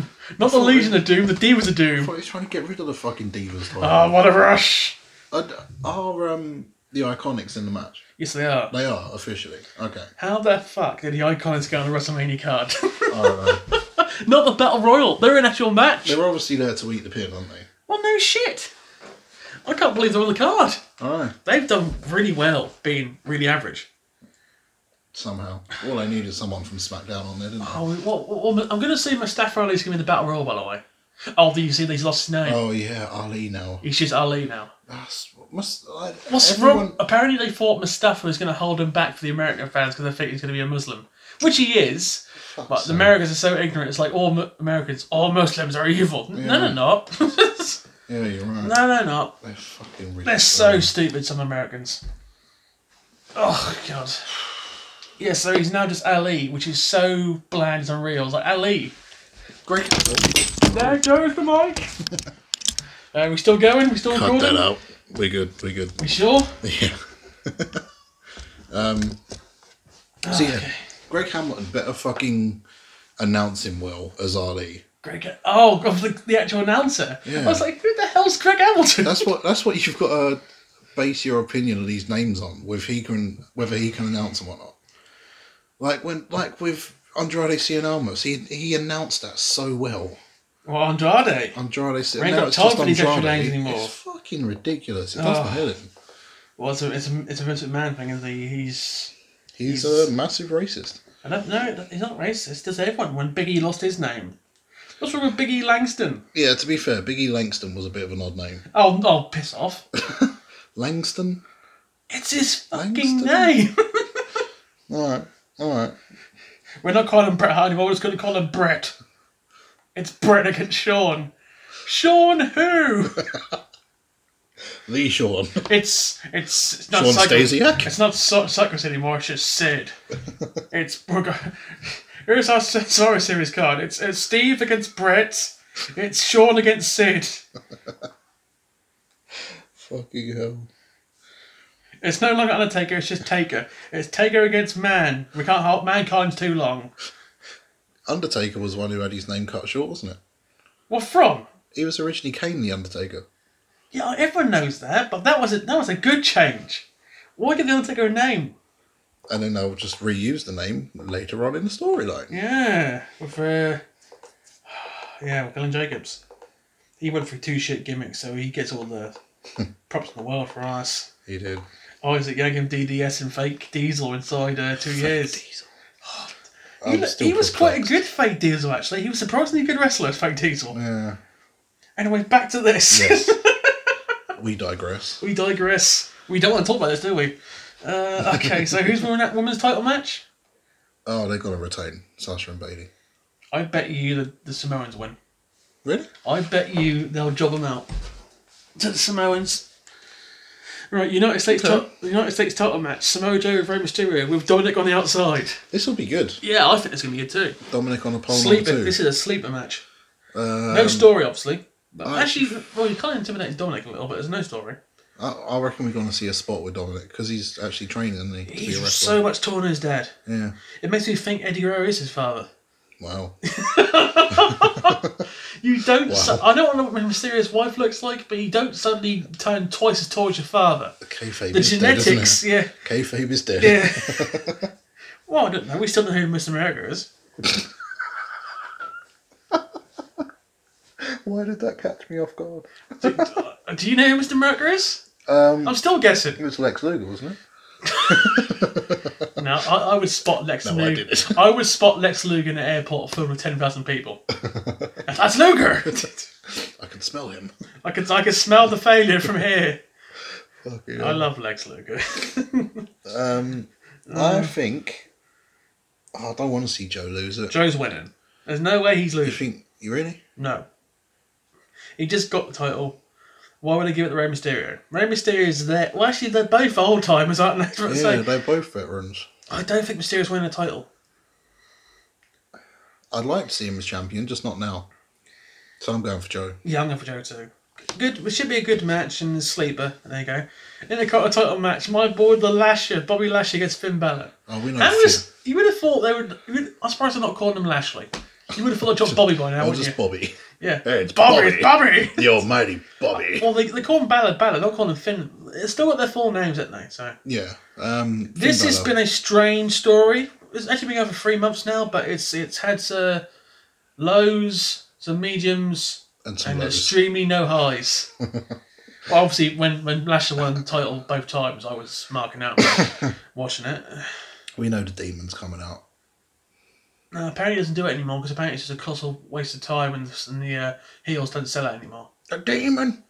Speaker 6: Not the
Speaker 5: thought
Speaker 6: Legion
Speaker 5: they-
Speaker 6: of Doom, the Divas of
Speaker 5: I
Speaker 6: Doom.
Speaker 5: thought he's trying to get rid of the fucking Divas.
Speaker 6: Oh,
Speaker 5: title.
Speaker 6: what a rush.
Speaker 5: And are um the Iconics in the match?
Speaker 6: Yes, they are.
Speaker 5: They are officially okay.
Speaker 6: How the fuck did the Icons go on the WrestleMania card?
Speaker 5: Oh, no.
Speaker 6: Not the Battle Royal. They're an actual match.
Speaker 5: They're obviously there to eat the pin, aren't they?
Speaker 6: Well, no shit. I can't believe they're on the card.
Speaker 5: All right.
Speaker 6: They've done really well, being really average.
Speaker 5: Somehow, all I needed is someone from SmackDown on there, didn't I?
Speaker 6: Oh, what, what, what- I'm going to see Mustafa Ali's going to be in the Battle Royal, by the way. Oh, do you see that he's lost his name?
Speaker 5: Oh yeah, Ali now.
Speaker 6: He's just Ali now.
Speaker 5: That's, must, I,
Speaker 6: What's
Speaker 5: everyone,
Speaker 6: wrong? Apparently, they thought Mustafa was going to hold him back for the American fans because they think he's going to be a Muslim, which he is. but the
Speaker 5: sake.
Speaker 6: Americans are so ignorant. It's like all Mu- Americans, all Muslims are evil. No, they're not. no,
Speaker 5: Yeah, you're right.
Speaker 6: they're not.
Speaker 5: They're fucking ridiculous.
Speaker 6: They're so stupid. Some Americans. Oh God. Yeah, so he's now just Ali, which is so bland and unreal. It's like Ali.
Speaker 5: Great.
Speaker 6: There goes the mic. uh, we still going? We still
Speaker 5: Cut that
Speaker 6: recording?
Speaker 5: out. We're good. We're good.
Speaker 6: We sure?
Speaker 5: Yeah. um. So yeah, Greg Hamilton better fucking announce him well as Ali.
Speaker 6: Greg. Oh, of the, the actual announcer. I
Speaker 5: Yeah.
Speaker 6: was like, who the hell's Greg Hamilton?
Speaker 5: That's what. That's what you've got to base your opinion of these names on. With he can, whether he can announce them or not. Like when, like with Andrade Cien Almas, he he announced that so well.
Speaker 6: well, Andrade.
Speaker 5: Andrade Cien.
Speaker 6: We ain't
Speaker 5: now
Speaker 6: got
Speaker 5: it's
Speaker 6: time
Speaker 5: just
Speaker 6: for these extra
Speaker 5: Andrade.
Speaker 6: names anymore. Ah,
Speaker 5: It's fucking ridiculous. It doesn't hurt him.
Speaker 6: Well, it's a, it's a, it's a Vince McMahon thing, isn't he? He's.
Speaker 5: He's,
Speaker 6: He's-
Speaker 5: a massive racist.
Speaker 6: I don't know, he's not racist. Does everyone when Biggie lost his name? What's wrong with Biggie Langston?
Speaker 5: Yeah, to be fair, Biggie Langston was a bit of an odd name.
Speaker 6: Oh, oh, piss off.
Speaker 5: Langston?
Speaker 6: It's his fucking
Speaker 5: Langston?
Speaker 6: name.
Speaker 5: Alright, alright.
Speaker 6: We're not calling him Brett Hart anymore, we're just going to call him Brett. It's Brett against Sean. Sean who?
Speaker 5: Lee Sean.
Speaker 6: It's it's, it's not
Speaker 5: Sean
Speaker 6: Cycles-
Speaker 5: Stasiak?
Speaker 6: It's not so- Cycles anymore. It's just Sid. it's we're go- here's our S- sorry series card. It's it's Steve against Brett. It's Sean against Sid.
Speaker 5: Fucking hell.
Speaker 6: It's no longer Undertaker. It's just Taker. It's Taker against Man. We can't hold mankind's too long.
Speaker 5: Undertaker was the one who had his name cut short, wasn't it?
Speaker 6: What from?
Speaker 5: He was originally Kane the Undertaker.
Speaker 6: Yeah, everyone knows that, but that was a, that was a good change. Why give the Undertaker a name?
Speaker 5: And then they'll just reuse the name later on in the storyline.
Speaker 6: Yeah, with uh, yeah, with Alan Jacobs. He went through two shit gimmicks, so he gets all the props in the world for us.
Speaker 5: He did.
Speaker 6: Isaac Yankum DDS and fake Diesel inside uh, two years.
Speaker 5: I'm
Speaker 6: He, lo-
Speaker 5: still
Speaker 6: he was quite a
Speaker 5: perplexed.
Speaker 6: good fake Diesel actually. He was surprisingly good wrestler as fake Diesel.
Speaker 5: Yeah.
Speaker 6: Anyway, back to this.
Speaker 5: Yes. we digress.
Speaker 6: we digress. We don't want to talk about this, do we? Uh, okay, so who's winning that women's title match?
Speaker 5: Oh, they're going to retain Sasha and Bailey.
Speaker 6: I bet you the, the Samoans win.
Speaker 5: Really?
Speaker 6: I bet you they'll job them out to the Samoans. Right, United States,
Speaker 5: Okay.
Speaker 6: ti- United States title match: Samoa Joe, Rey Mysterio, with Dominic on the outside.
Speaker 5: This will be good.
Speaker 6: Yeah, I think it's gonna be good too.
Speaker 5: Dominic on a pole number
Speaker 6: Sleeper.
Speaker 5: two.
Speaker 6: This is a sleeper match.
Speaker 5: Um,
Speaker 6: No story, obviously. But
Speaker 5: I-
Speaker 6: actually, well, you kind of intimidate Dominic a little bit. There's no story.
Speaker 5: I, I reckon we're going to see a spot with Dominic because he's actually training isn't he, to be a
Speaker 6: He's
Speaker 5: wrestler.
Speaker 6: so much taller than his dad.
Speaker 5: yeah.
Speaker 6: It makes me think Eddie Guerrero is his father.
Speaker 5: Wow.
Speaker 6: You don't.
Speaker 5: Wow.
Speaker 6: su- I don't know what my mysterious wife looks like, but you don't suddenly turn twice as tall as your father.
Speaker 5: Kayfabe
Speaker 6: The
Speaker 5: is
Speaker 6: genetics,
Speaker 5: dead,
Speaker 6: yeah,
Speaker 5: isn't it? Kayfabe is dead.
Speaker 6: yeah. well, I don't know. We still don't know who Miss America is.
Speaker 5: Why did that catch me off guard?
Speaker 6: Do, uh, do you know who Mr. America is?
Speaker 5: Um,
Speaker 6: I'm still guessing.
Speaker 5: it was Lex Luger, wasn't it?
Speaker 6: No, I, I would spot Lex
Speaker 5: No, I
Speaker 6: Luger.
Speaker 5: didn't.
Speaker 6: I would spot Lex Luger in an airport filled with ten thousand people. That's Luger.
Speaker 5: I can smell him.
Speaker 6: I could I could smell the failure from here.
Speaker 5: Fuck
Speaker 6: I
Speaker 5: yeah.
Speaker 6: love Lex Luger.
Speaker 5: Um,
Speaker 6: Uh,
Speaker 5: I think. Oh, I don't want to see Joe lose it.
Speaker 6: Joe's winning. There's no way he's
Speaker 5: You
Speaker 6: losing.
Speaker 5: think you really?
Speaker 6: No. He just got the title. Why would I give it to Rey Mysterio? Rey Mysterio is there. Well, actually, they're both old timers, aren't they? That's what I'm
Speaker 5: Yeah,
Speaker 6: saying.
Speaker 5: they're both veterans.
Speaker 6: I don't think Mysterio's winning the title.
Speaker 5: I'd like to see him as champion, just not now. So I'm going for Joe.
Speaker 6: Yeah, I'm going for Joe too. Good. It should be a good match and a sleeper. There you go. In the quarter title match, my boy, the Lasher, Bobby Lashley against Finn Balor.
Speaker 5: Oh, we know.
Speaker 6: How
Speaker 5: Finn.
Speaker 6: is, you would have thought they would. You would, I'm surprised they're not calling him Lashley. You would have thought they dropped Bobby by now,
Speaker 5: Oh,
Speaker 6: wouldn't you?
Speaker 5: just Bobby,
Speaker 6: yeah.
Speaker 5: Hey, it's
Speaker 6: Bobby. It's Bobby.
Speaker 5: the almighty Bobby.
Speaker 6: well, they, they call him Balor. Balor. They'll call him Finn. It's still got their full names, haven't they? So.
Speaker 5: Yeah. Um,
Speaker 6: This
Speaker 5: Finn
Speaker 6: has
Speaker 5: Balor.
Speaker 6: been a strange story. It's actually been going for three months now, but it's it's had uh, lows, some mediums,
Speaker 5: and some
Speaker 6: and
Speaker 5: lows.
Speaker 6: extremely no highs. well, obviously, when when Lashley won the title both times, I was marking out, watching it.
Speaker 5: We know the demon's coming out.
Speaker 6: No, apparently, he doesn't do it anymore because apparently it's just a colossal waste of time, and the, and the uh, heels don't sell it anymore.
Speaker 5: A demon.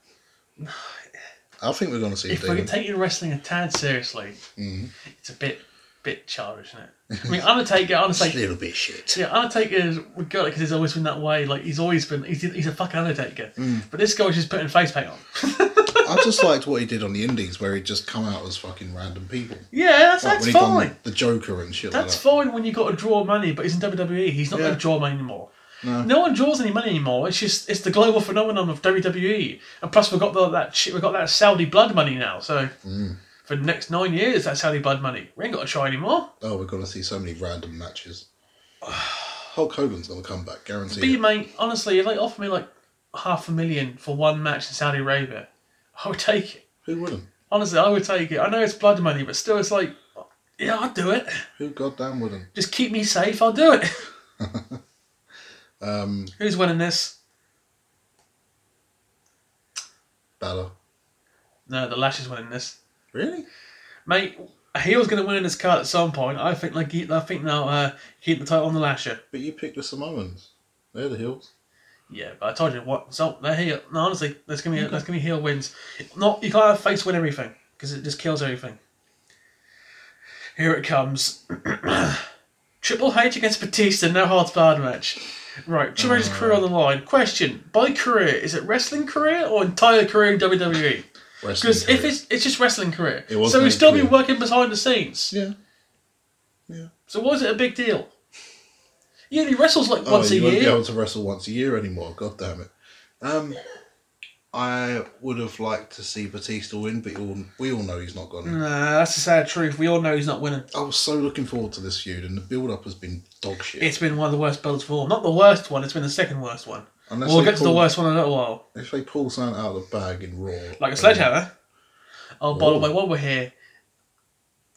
Speaker 5: I think we're going to see a
Speaker 6: If we're
Speaker 5: demon.
Speaker 6: taking wrestling a tad seriously,
Speaker 5: Mm-hmm.
Speaker 6: it's a bit bit childish, isn't it? I mean, Undertaker,
Speaker 5: It's a
Speaker 6: Undertaker
Speaker 5: little bit shit.
Speaker 6: Yeah, Undertaker's we got it because he's always been that way. Like he's always been, he's, he's a fucking Undertaker.
Speaker 5: Mm.
Speaker 6: But this guy's just putting face paint on.
Speaker 5: I just liked what he did on the Indies, where he'd just come out as fucking random people.
Speaker 6: Yeah, that's,
Speaker 5: Like,
Speaker 6: that's
Speaker 5: when he done
Speaker 6: fine.
Speaker 5: The Joker and shit.
Speaker 6: That's
Speaker 5: like
Speaker 6: fine when you got to draw money, but he's in WWE. He's not going
Speaker 5: Yeah.
Speaker 6: to draw money anymore. No. one draws any money anymore. It's just it's the global phenomenon of WWE. And plus, we've got the, that shit. We've got that Saudi blood money now. So for the next nine years, that Saudi blood money. We ain't got to try anymore.
Speaker 5: that. Oh, we're going to see so many random matches. Hulk Hogan's going to come back,
Speaker 6: But
Speaker 5: guaranteed.
Speaker 6: you mate, honestly, if they offer me like half a million for one match in Saudi Arabia, I would take it.
Speaker 5: Who wouldn't?
Speaker 6: Honestly, I would take it. I know it's blood money, but still, it's like, yeah, I'd do it.
Speaker 5: Who goddamn wouldn't?
Speaker 6: Just keep me safe. I'll do it. um, Who's winning this?
Speaker 5: Balor.
Speaker 6: No, the Lash is winning this,
Speaker 5: Really?
Speaker 6: mate. A heel's going to win this card at some point. I think like I think they'll uh, keep the title on the Lasher.
Speaker 5: But you picked the Samoans. They're the heels.
Speaker 6: Yeah, but I told you what. So they're heel. No, honestly, there's gonna be there's gonna be heel wins. Not you can't have face win everything because it just kills everything. Here it comes. Triple H against Batista, no holds barred match. Right, Triple H's career on
Speaker 5: Uh.
Speaker 6: the line. Question: By career, is it wrestling career or entire career in
Speaker 5: Wrestling
Speaker 6: WWE? Because if
Speaker 5: career.
Speaker 6: it's it's just wrestling career,
Speaker 5: It was
Speaker 6: so
Speaker 5: my
Speaker 6: he'll still be
Speaker 5: career.
Speaker 6: working behind the scenes.
Speaker 5: Yeah.
Speaker 6: So why is it a big deal? He only wrestles like
Speaker 5: Oh,
Speaker 6: once a
Speaker 5: you won't be
Speaker 6: year.
Speaker 5: able to wrestle once a year anymore. God damn it. Um, I would have liked to see Batista win, but all, we all know he's not going to.
Speaker 6: Nah, that's the sad truth. We all know he's not winning.
Speaker 5: I was so looking forward to this feud, and the build-up has been dog shit.
Speaker 6: It's been one of the worst builds of all. Not the worst one, it's been the second worst one.
Speaker 5: Unless
Speaker 6: we'll
Speaker 5: they
Speaker 6: get to
Speaker 5: pull,
Speaker 6: the worst one in a little while.
Speaker 5: If they pull something out of the bag in Raw,
Speaker 6: Like
Speaker 5: um,
Speaker 6: a sledgehammer. Oh, by the
Speaker 5: Ooh.
Speaker 6: way, while we're here,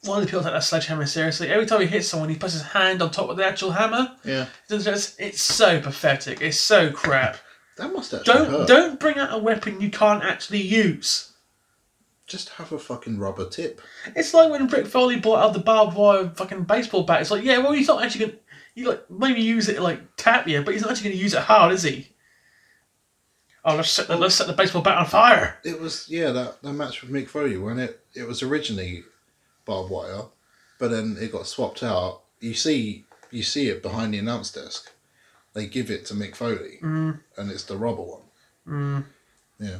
Speaker 6: one of the people take that sledgehammer seriously. Every time he hits someone, he puts his hand on top of the actual hammer.
Speaker 5: Yeah,
Speaker 6: It's it's so pathetic. It's so crap.
Speaker 5: that must actually
Speaker 6: Don't
Speaker 5: hurt.
Speaker 6: don't bring out a weapon you can't actually use.
Speaker 5: Just have a fucking rubber tip.
Speaker 6: It's like when Rick Foley bought out the barbed wire fucking baseball bat. It's like, yeah, well, he's not actually gonna. You like maybe use it like tap you, but he's not actually gonna use it hard, is he? Oh, let's set the, let's set the baseball bat on fire.
Speaker 5: It was yeah that, that match with Mick Foley when it it was originally barbed wire, but then it got swapped out. You see you see it behind the announce desk. They give it to Mick Foley,
Speaker 6: Mm.
Speaker 5: and it's the rubber one. Mm. Yeah.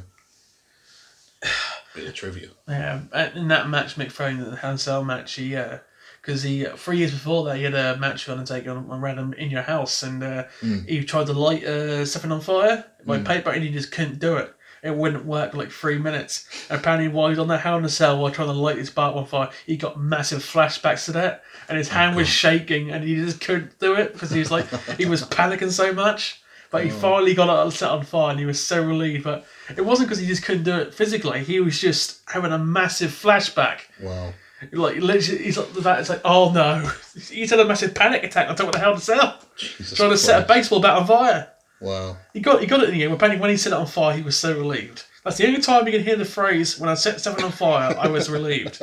Speaker 5: Bit of trivia.
Speaker 6: Yeah, and in that match, Mick Foley, the Hand Cell match, he uh, because he three years before that he had a match with Undertaker on, on random in your house, and uh, he tried to light uh, something on fire by paper, and he just couldn't do it. it wouldn't work like three minutes. Apparently, while he's on the Hell in a Cell while trying to light his bar on fire, he got massive flashbacks to that, and his hand was shaking, and he just couldn't do it because he was like he was panicking so much. But he finally got it set on fire, and he was so relieved. But it wasn't because he just couldn't do it physically; he was just having a massive flashback.
Speaker 5: Wow.
Speaker 6: Like literally, he's like that. It's like, oh no, he's had a massive panic attack. I don't know what the hell to sell.
Speaker 5: Jesus
Speaker 6: Trying to set a
Speaker 5: Christ.
Speaker 6: baseball bat on fire.
Speaker 5: Wow.
Speaker 6: He got he got it in the end. Apparently, when he set it on fire, he was so relieved. That's the only time you can hear the phrase "When I set something on fire, I was relieved."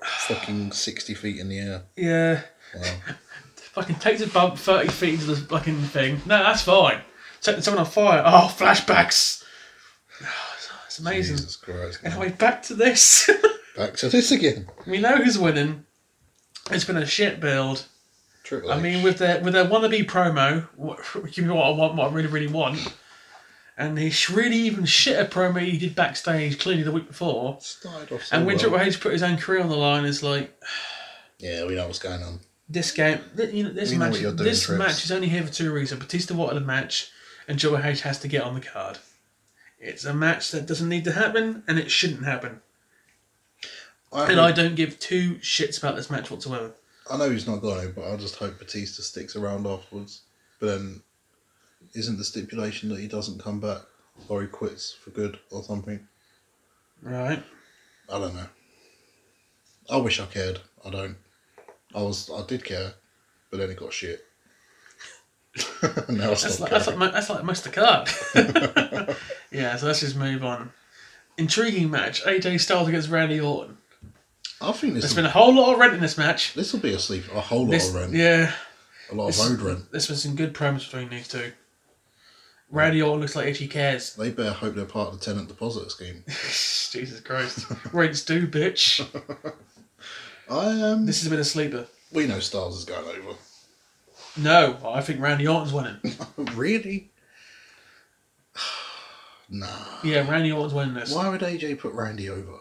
Speaker 5: Fucking 60 feet in the air.
Speaker 6: Yeah. Fucking takes a bump thirty feet into the fucking thing. No, that's fine. Setting someone on fire. Oh, flashbacks. It's amazing.
Speaker 5: Jesus Christ.
Speaker 6: Anyway, back to this.
Speaker 5: Back to this again.
Speaker 6: we know who's winning. It's been a shit build.
Speaker 5: Triple
Speaker 6: I
Speaker 5: H.
Speaker 6: mean, with their with their wannabe promo, what, give me what I want, what I really really want, and this really even shitter promo he did backstage clearly the week before,
Speaker 5: Started off so
Speaker 6: and when
Speaker 5: well.
Speaker 6: Triple H put his own career on the line, is like
Speaker 5: Yeah, we know what's going on.
Speaker 6: this game, th- you know, this
Speaker 5: We know
Speaker 6: match,
Speaker 5: what you're doing,
Speaker 6: this
Speaker 5: Trips.
Speaker 6: match is only here for two reasons: Batista wanted a match, and Triple H has to get on the card. It's a match that doesn't need to happen, and it shouldn't happen.
Speaker 5: I,
Speaker 6: And I
Speaker 5: hope,
Speaker 6: don't give two shits about this match whatsoever.
Speaker 5: I know he's not going, but I just hope Batista sticks around afterwards. But then, isn't the stipulation that he doesn't come back or he quits for good or something?
Speaker 6: Right?
Speaker 5: I don't know. I wish I cared. I don't. I was. I did care, but then it got shit. now I
Speaker 6: That's
Speaker 5: stopped
Speaker 6: like, that's, like,
Speaker 5: caring.
Speaker 6: mo- that's like most of the card. yeah, so let's just move on. Intriguing match AJ Styles against Randy Orton.
Speaker 5: I think this
Speaker 6: There's
Speaker 5: will,
Speaker 6: been a whole lot of rent in this match.
Speaker 5: this will be a sleep. A whole lot
Speaker 6: This,
Speaker 5: of rent.
Speaker 6: yeah,
Speaker 5: a lot
Speaker 6: this-
Speaker 5: of road rent.
Speaker 6: there's been some good promos between these two. Randy Orton looks like if he cares.
Speaker 5: They better hope they're part of the tenant deposit scheme.
Speaker 6: Jesus Christ. Rents do, bitch.
Speaker 5: I am. Um,
Speaker 6: This has been a sleeper.
Speaker 5: we know Styles is going over.
Speaker 6: No, I think Randy Orton's winning.
Speaker 5: Really? nah.
Speaker 6: Yeah, Randy Orton's winning this.
Speaker 5: Why would AJ put Randy over?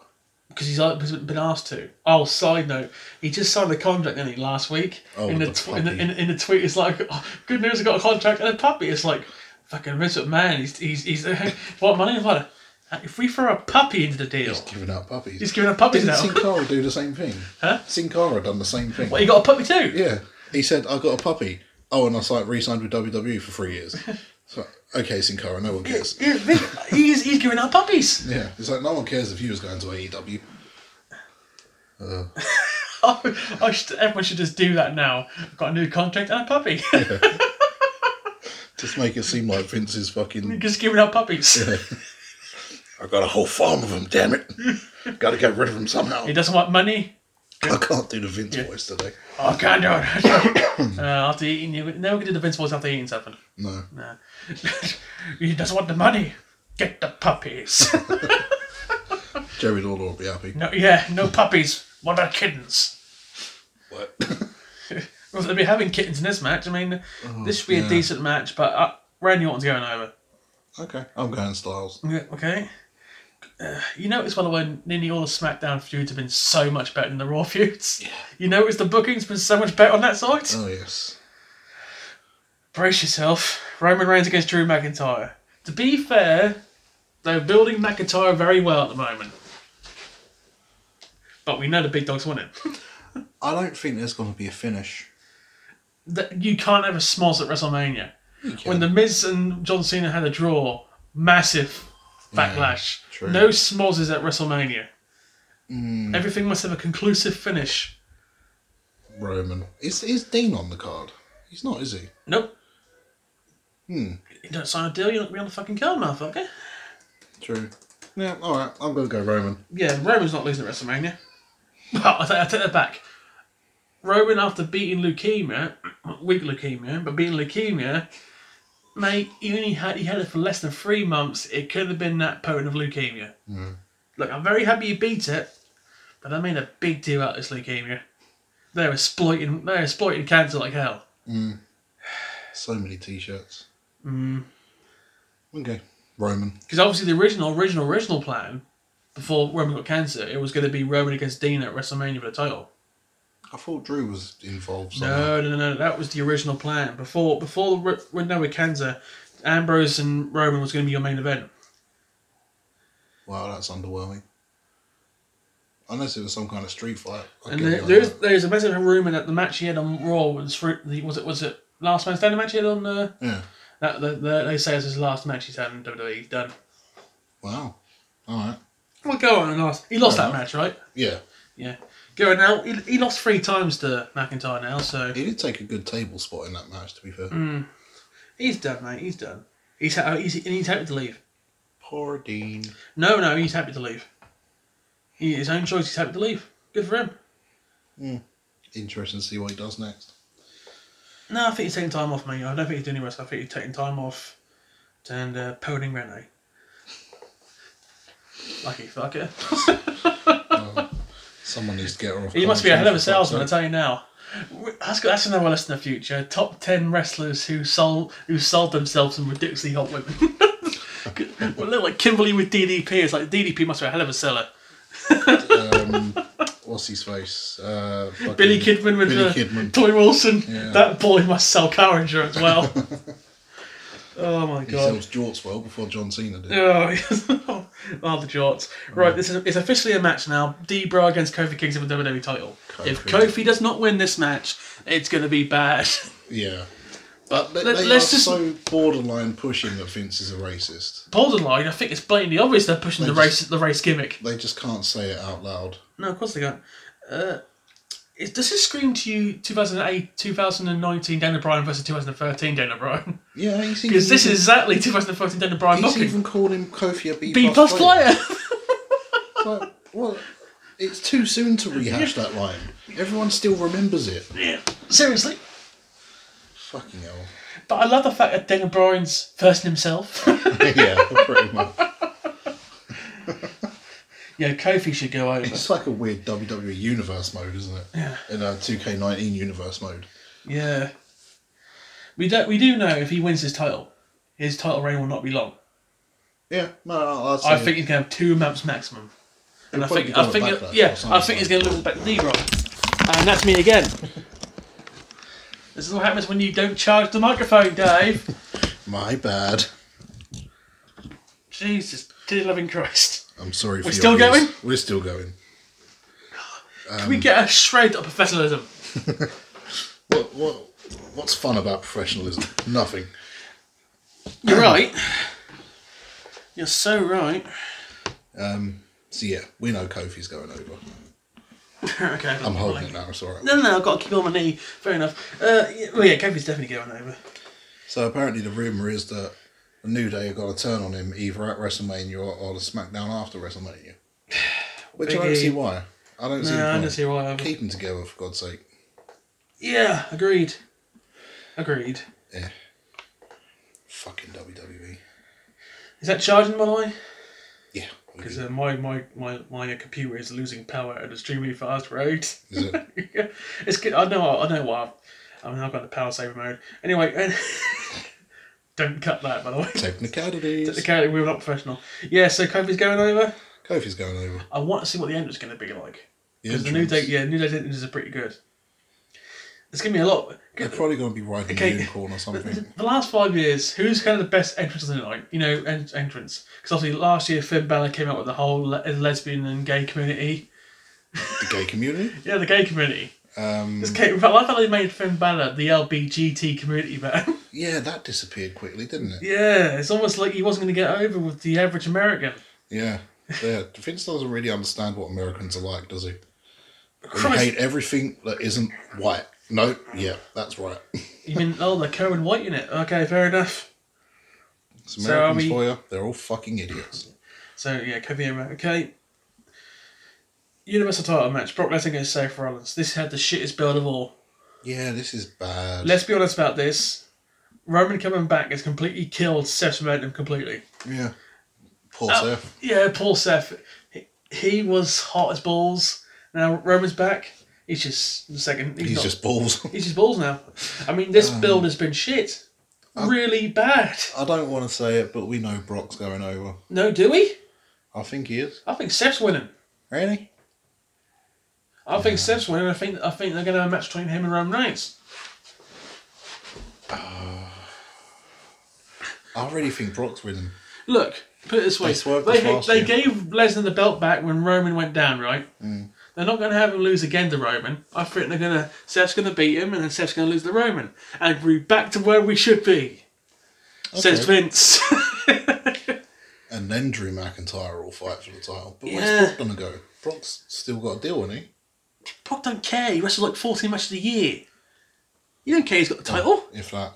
Speaker 6: because he's like, been asked to. Oh, side note, he just signed the contract, didn't he, last week?
Speaker 5: Oh,
Speaker 6: in, the
Speaker 5: with the
Speaker 6: tw- in, the,
Speaker 5: puppy.
Speaker 6: in, in the tweet, it's like, oh, good news, I got a contract and a puppy. It's like, fucking Vince McMahon, he's, he's, he's what money? What? If we throw a puppy into the deal,
Speaker 5: He's giving out puppies.
Speaker 6: he's giving a puppy
Speaker 5: Didn't
Speaker 6: now.
Speaker 5: Sin Cara do the same thing?
Speaker 6: Huh?
Speaker 5: Sin Cara done the same thing.
Speaker 6: What, you got a puppy too?
Speaker 5: Yeah. He said, I got a puppy. Oh, and I like, re signed with WWE for three years. So, okay, Sin Cara, no one cares.
Speaker 6: Yeah, Vince- he's, he's giving out puppies.
Speaker 5: Yeah. It's like, no one cares if you was going to E AEW.
Speaker 6: I, I should, everyone should just do that now. I've got a new contract and a puppy.
Speaker 5: Just make it seem like Vince is fucking.
Speaker 6: just giving out puppies.
Speaker 5: I got a whole farm of them, damn it. Got to get rid of them somehow.
Speaker 6: He doesn't want money.
Speaker 5: I can't do the Vince voice today.
Speaker 6: Oh, I can't do it. uh, after eating, you never can do the Vince voice after eating something.
Speaker 5: No.
Speaker 6: No. he doesn't want the money. Get the puppies.
Speaker 5: Jerry Lawler will be happy.
Speaker 6: no, yeah, no puppies. What about kittens?
Speaker 5: What?
Speaker 6: Well, they'll be having kittens in this match. I mean, this should be a
Speaker 5: yeah.
Speaker 6: decent match, but uh, Randy Orton's going over.
Speaker 5: okay. I'm going Styles.
Speaker 6: Yeah, Okay. Uh, you notice, by the way, nearly all the SmackDown feuds have been so much better than the Raw feuds. You notice the booking's been so much better on that side?
Speaker 5: Oh, yes.
Speaker 6: Brace yourself. Roman Reigns against Drew McIntyre. To be fair, they're building McIntyre very well at the moment. But we know the big dog's winning.
Speaker 5: I don't think there's going to be a finish.
Speaker 6: That- you can't have a smoz at WrestleMania. When The Miz and John Cena had a draw, massive backlash.
Speaker 5: true.
Speaker 6: no smozes at WrestleMania. Everything must have a conclusive finish.
Speaker 5: Roman. Is, is Dean on the card? He's not, is he?
Speaker 6: Nope. Hmm. You don't sign a deal, you're not going to be on the fucking card, motherfucker.
Speaker 5: True. Yeah, alright. I'm going to go Roman.
Speaker 6: Yeah, Roman's not losing at WrestleMania. Well, I, take- I take that back. Roman, after beating leukemia, weak leukemia, but beating leukemia, mate, he only had he had it for less than three months. It could have been that potent of leukemia. Look, I'm very happy you beat it, but I made a big deal out of this leukemia. They're exploiting they're exploiting cancer like hell.
Speaker 5: So many t shirts. Mm. Okay. Roman.
Speaker 6: Because obviously the original, original, original plan before Roman got cancer, it was going to be Roman against Dean at WrestleMania for the title.
Speaker 5: I thought Drew was involved somehow.
Speaker 6: No, no, no, no. That was the original plan. Before, before the Ro- when they were Kanza, Ambrose and Roman was going to be your main event.
Speaker 5: Wow, that's underwhelming. Unless it was some kind of street fight. I'd
Speaker 6: And
Speaker 5: get
Speaker 6: there,
Speaker 5: behind
Speaker 6: there's
Speaker 5: that.
Speaker 6: there's a massive rumor that the match he had on Raw was for the was it was it last man standing match he had on uh,
Speaker 5: Yeah.
Speaker 6: that the, the, they say it's his last match he's had in WWE. He's done.
Speaker 5: Wow. All right.
Speaker 6: Well, go on and ask. He lost
Speaker 5: Fair
Speaker 6: that match, right?
Speaker 5: Yeah.
Speaker 6: Yeah. Go on now. He, he lost three times to McIntyre now, so
Speaker 5: He did take a good table spot in that match, to be fair.
Speaker 6: Mm. he's done, mate. He's done. He's ha- he's and he's happy to leave.
Speaker 5: Poor Dean.
Speaker 6: No, no, he's happy to leave. He, his own choice. He's happy to leave. Good for him.
Speaker 5: Interesting to see what he does next.
Speaker 6: No, I think he's taking time off, mate. I don't think he's doing any rest. I think he's taking time off and uh, pounding Renault. Lucky fucker.
Speaker 5: Someone needs to get her off.
Speaker 6: He must be a hell of
Speaker 5: commentary
Speaker 6: a
Speaker 5: for
Speaker 6: salesman, I
Speaker 5: fuck's
Speaker 6: tell you now. W- That's, that's another list in the future. Top ten wrestlers who sold who sold themselves some ridiculously hot women. well, look like Kimberly with DDP. It's like DDP must be a hell of a seller.
Speaker 5: sake. What's his face? Uh,
Speaker 6: Billy
Speaker 5: fucking-
Speaker 6: Kidman with
Speaker 5: Billy
Speaker 6: uh,
Speaker 5: Kidman.
Speaker 6: Toy Wilson.
Speaker 5: Yeah.
Speaker 6: That boy must sell car insurance well. oh my
Speaker 5: He
Speaker 6: god.
Speaker 5: sells jorts well before John Cena did.
Speaker 6: Oh, oh, the jorts. Right, this is it's officially a match now. D Bra against Kofi Kingston for the WWE title. If
Speaker 5: Kofi.
Speaker 6: Kofi does not win this match, it's going to be bad.
Speaker 5: Yeah.
Speaker 6: But
Speaker 5: They,
Speaker 6: let,
Speaker 5: they
Speaker 6: us
Speaker 5: are
Speaker 6: just
Speaker 5: so borderline pushing that Vince is a racist.
Speaker 6: borderline. I think it's blatantly obvious they're pushing the
Speaker 5: They
Speaker 6: race
Speaker 5: just-
Speaker 6: the race gimmick.
Speaker 5: They just can't say it out loud.
Speaker 6: No, of course they can't. Uh, is, does this scream to you 2008, 2019 Daniel Bryan versus 2013 Daniel Bryan?
Speaker 5: Yeah, he's even,
Speaker 6: Because this is exactly 2013 Daniel Bryan
Speaker 5: he's
Speaker 6: booking.
Speaker 5: even called him Kofi a B,
Speaker 6: B plus player.
Speaker 5: It's like, well, it's too soon to rehash that line. Everyone still remembers it.
Speaker 6: yeah, seriously.
Speaker 5: Fucking hell.
Speaker 6: But I love the fact that Daniel Bryan's versing himself.
Speaker 5: yeah, pretty much.
Speaker 6: Yeah, Kofi should go over.
Speaker 5: It's like a weird WWE universe mode, isn't it? Yeah. In a 2K19 universe mode.
Speaker 6: yeah. We do, we do know if he wins his title, his title reign will not be long.
Speaker 5: Yeah, no, I'll I'll say
Speaker 6: I think he's going to have two months maximum. And I
Speaker 5: probably
Speaker 6: think,
Speaker 5: go
Speaker 6: I
Speaker 5: with
Speaker 6: think,
Speaker 5: Backlash or
Speaker 6: yeah, I
Speaker 5: something
Speaker 6: think he's
Speaker 5: like
Speaker 6: going to lose back to Negro. And that's me again. this is what happens when you don't charge the microphone, Dave.
Speaker 5: my bad.
Speaker 6: Jesus, dear loving Christ.
Speaker 5: I'm sorry for
Speaker 6: We're
Speaker 5: your
Speaker 6: still
Speaker 5: ears.
Speaker 6: going?
Speaker 5: We're still going.
Speaker 6: Can
Speaker 5: Um,
Speaker 6: we get a shred of professionalism?
Speaker 5: What, what, what's fun about professionalism? Nothing. um,
Speaker 6: You're right. You're so right.
Speaker 5: So yeah, we know Kofi's going over.
Speaker 6: okay,
Speaker 5: I'm holding it now, it's alright.
Speaker 6: No, no, no, I've got to keep it on my knee. Fair enough. Uh, yeah, well, yeah, Kofi's definitely going over.
Speaker 5: So apparently the rumour is that the New Day are going to turn on him either at WrestleMania or, or the SmackDown after WrestleMania. Which I don't
Speaker 6: Big E.
Speaker 5: see why. I don't see
Speaker 6: No,
Speaker 5: the
Speaker 6: I
Speaker 5: point.
Speaker 6: don't see why either.
Speaker 5: Keep them together, for God's sake.
Speaker 6: Yeah, agreed. Agreed.
Speaker 5: Yeah. Fucking WWE.
Speaker 6: Is that charging, by the way?
Speaker 5: Yeah. we
Speaker 6: Because
Speaker 5: do.
Speaker 6: uh, my, my, my, my uh, computer is losing power at an extremely fast rate.
Speaker 5: Is it?
Speaker 6: it's good. I know. I know why. I mean, I've got the power saver mode. Anyway, and don't cut that. By the way,
Speaker 5: Technicalities.
Speaker 6: the character we were not professional. Yeah. So Kofi's going over.
Speaker 5: Kofi's going over.
Speaker 6: I want to see what the end is going to be like.
Speaker 5: The
Speaker 6: Because the new day,
Speaker 5: entrance.
Speaker 6: yeah, new day's entrances are pretty good. It's gonna be a lot.
Speaker 5: They're probably going to be riding
Speaker 6: Okay.
Speaker 5: a unicorn or
Speaker 6: The,
Speaker 5: something.
Speaker 6: the last five years, who's kind of the best entrance of the night? You know, en- entrance. Because obviously last year Finn Balor came out with the whole le- lesbian and gay community.
Speaker 5: the gay community.
Speaker 6: Yeah, the gay community.
Speaker 5: Um,
Speaker 6: It's gay. But I thought they made Finn Balor the LBGT community man.
Speaker 5: yeah, that disappeared quickly, didn't it?
Speaker 6: Yeah, it's almost like he wasn't going to get over with the average American.
Speaker 5: Yeah. Yeah. Vince doesn't really understand what Americans are like, does he? They
Speaker 6: Christ.
Speaker 5: hate everything that isn't white. No, yeah, that's right.
Speaker 6: You mean, oh, the Cohen White unit. Okay, fair enough.
Speaker 5: It's
Speaker 6: So are
Speaker 5: Americans
Speaker 6: we-
Speaker 5: for you. They're all fucking idiots.
Speaker 6: So, yeah, Kofi Okay. Universal title match Brock Lesnar against Seth Rollins. This had the shittest build of all.
Speaker 5: Yeah, this is bad.
Speaker 6: Let's be honest about this. Roman coming back has completely killed Seth's momentum completely.
Speaker 5: Yeah. Poor
Speaker 6: Oh,
Speaker 5: Seth.
Speaker 6: Yeah, poor Seth. He, he was hot as balls. Now Roman's back. He's just the second. He's,
Speaker 5: He's
Speaker 6: not-
Speaker 5: just balls.
Speaker 6: He's just balls now. I mean, this build has been shit. Really bad.
Speaker 5: I don't want to say it, but we know Brock's going over.
Speaker 6: No, do we?
Speaker 5: I think he is.
Speaker 6: I think Seth's winning.
Speaker 5: Really?
Speaker 6: I think Seth's winning. I think I think they're going to have a match between him and Roman Reigns.
Speaker 5: I already think Brock's winning.
Speaker 6: Look, put it this way:
Speaker 5: They swerved
Speaker 6: they,
Speaker 5: us last
Speaker 6: they
Speaker 5: year.
Speaker 6: gave Lesnar the belt back when Roman went down, right?
Speaker 5: Mm.
Speaker 6: They're not going to have him lose again to Roman. I think they're going to Seth's going to beat him, and then Seth's going to lose to Roman, and we're back to where we should be. Says
Speaker 5: Okay.
Speaker 6: Vince.
Speaker 5: And then Drew McIntyre will fight for the title. But
Speaker 6: Yeah.
Speaker 5: where's Brock gonna go? Brock's still got a deal, isn't he?
Speaker 6: Brock don't care. He wrestles like 14 matches a year. You don't care. He's got the title.
Speaker 5: If that.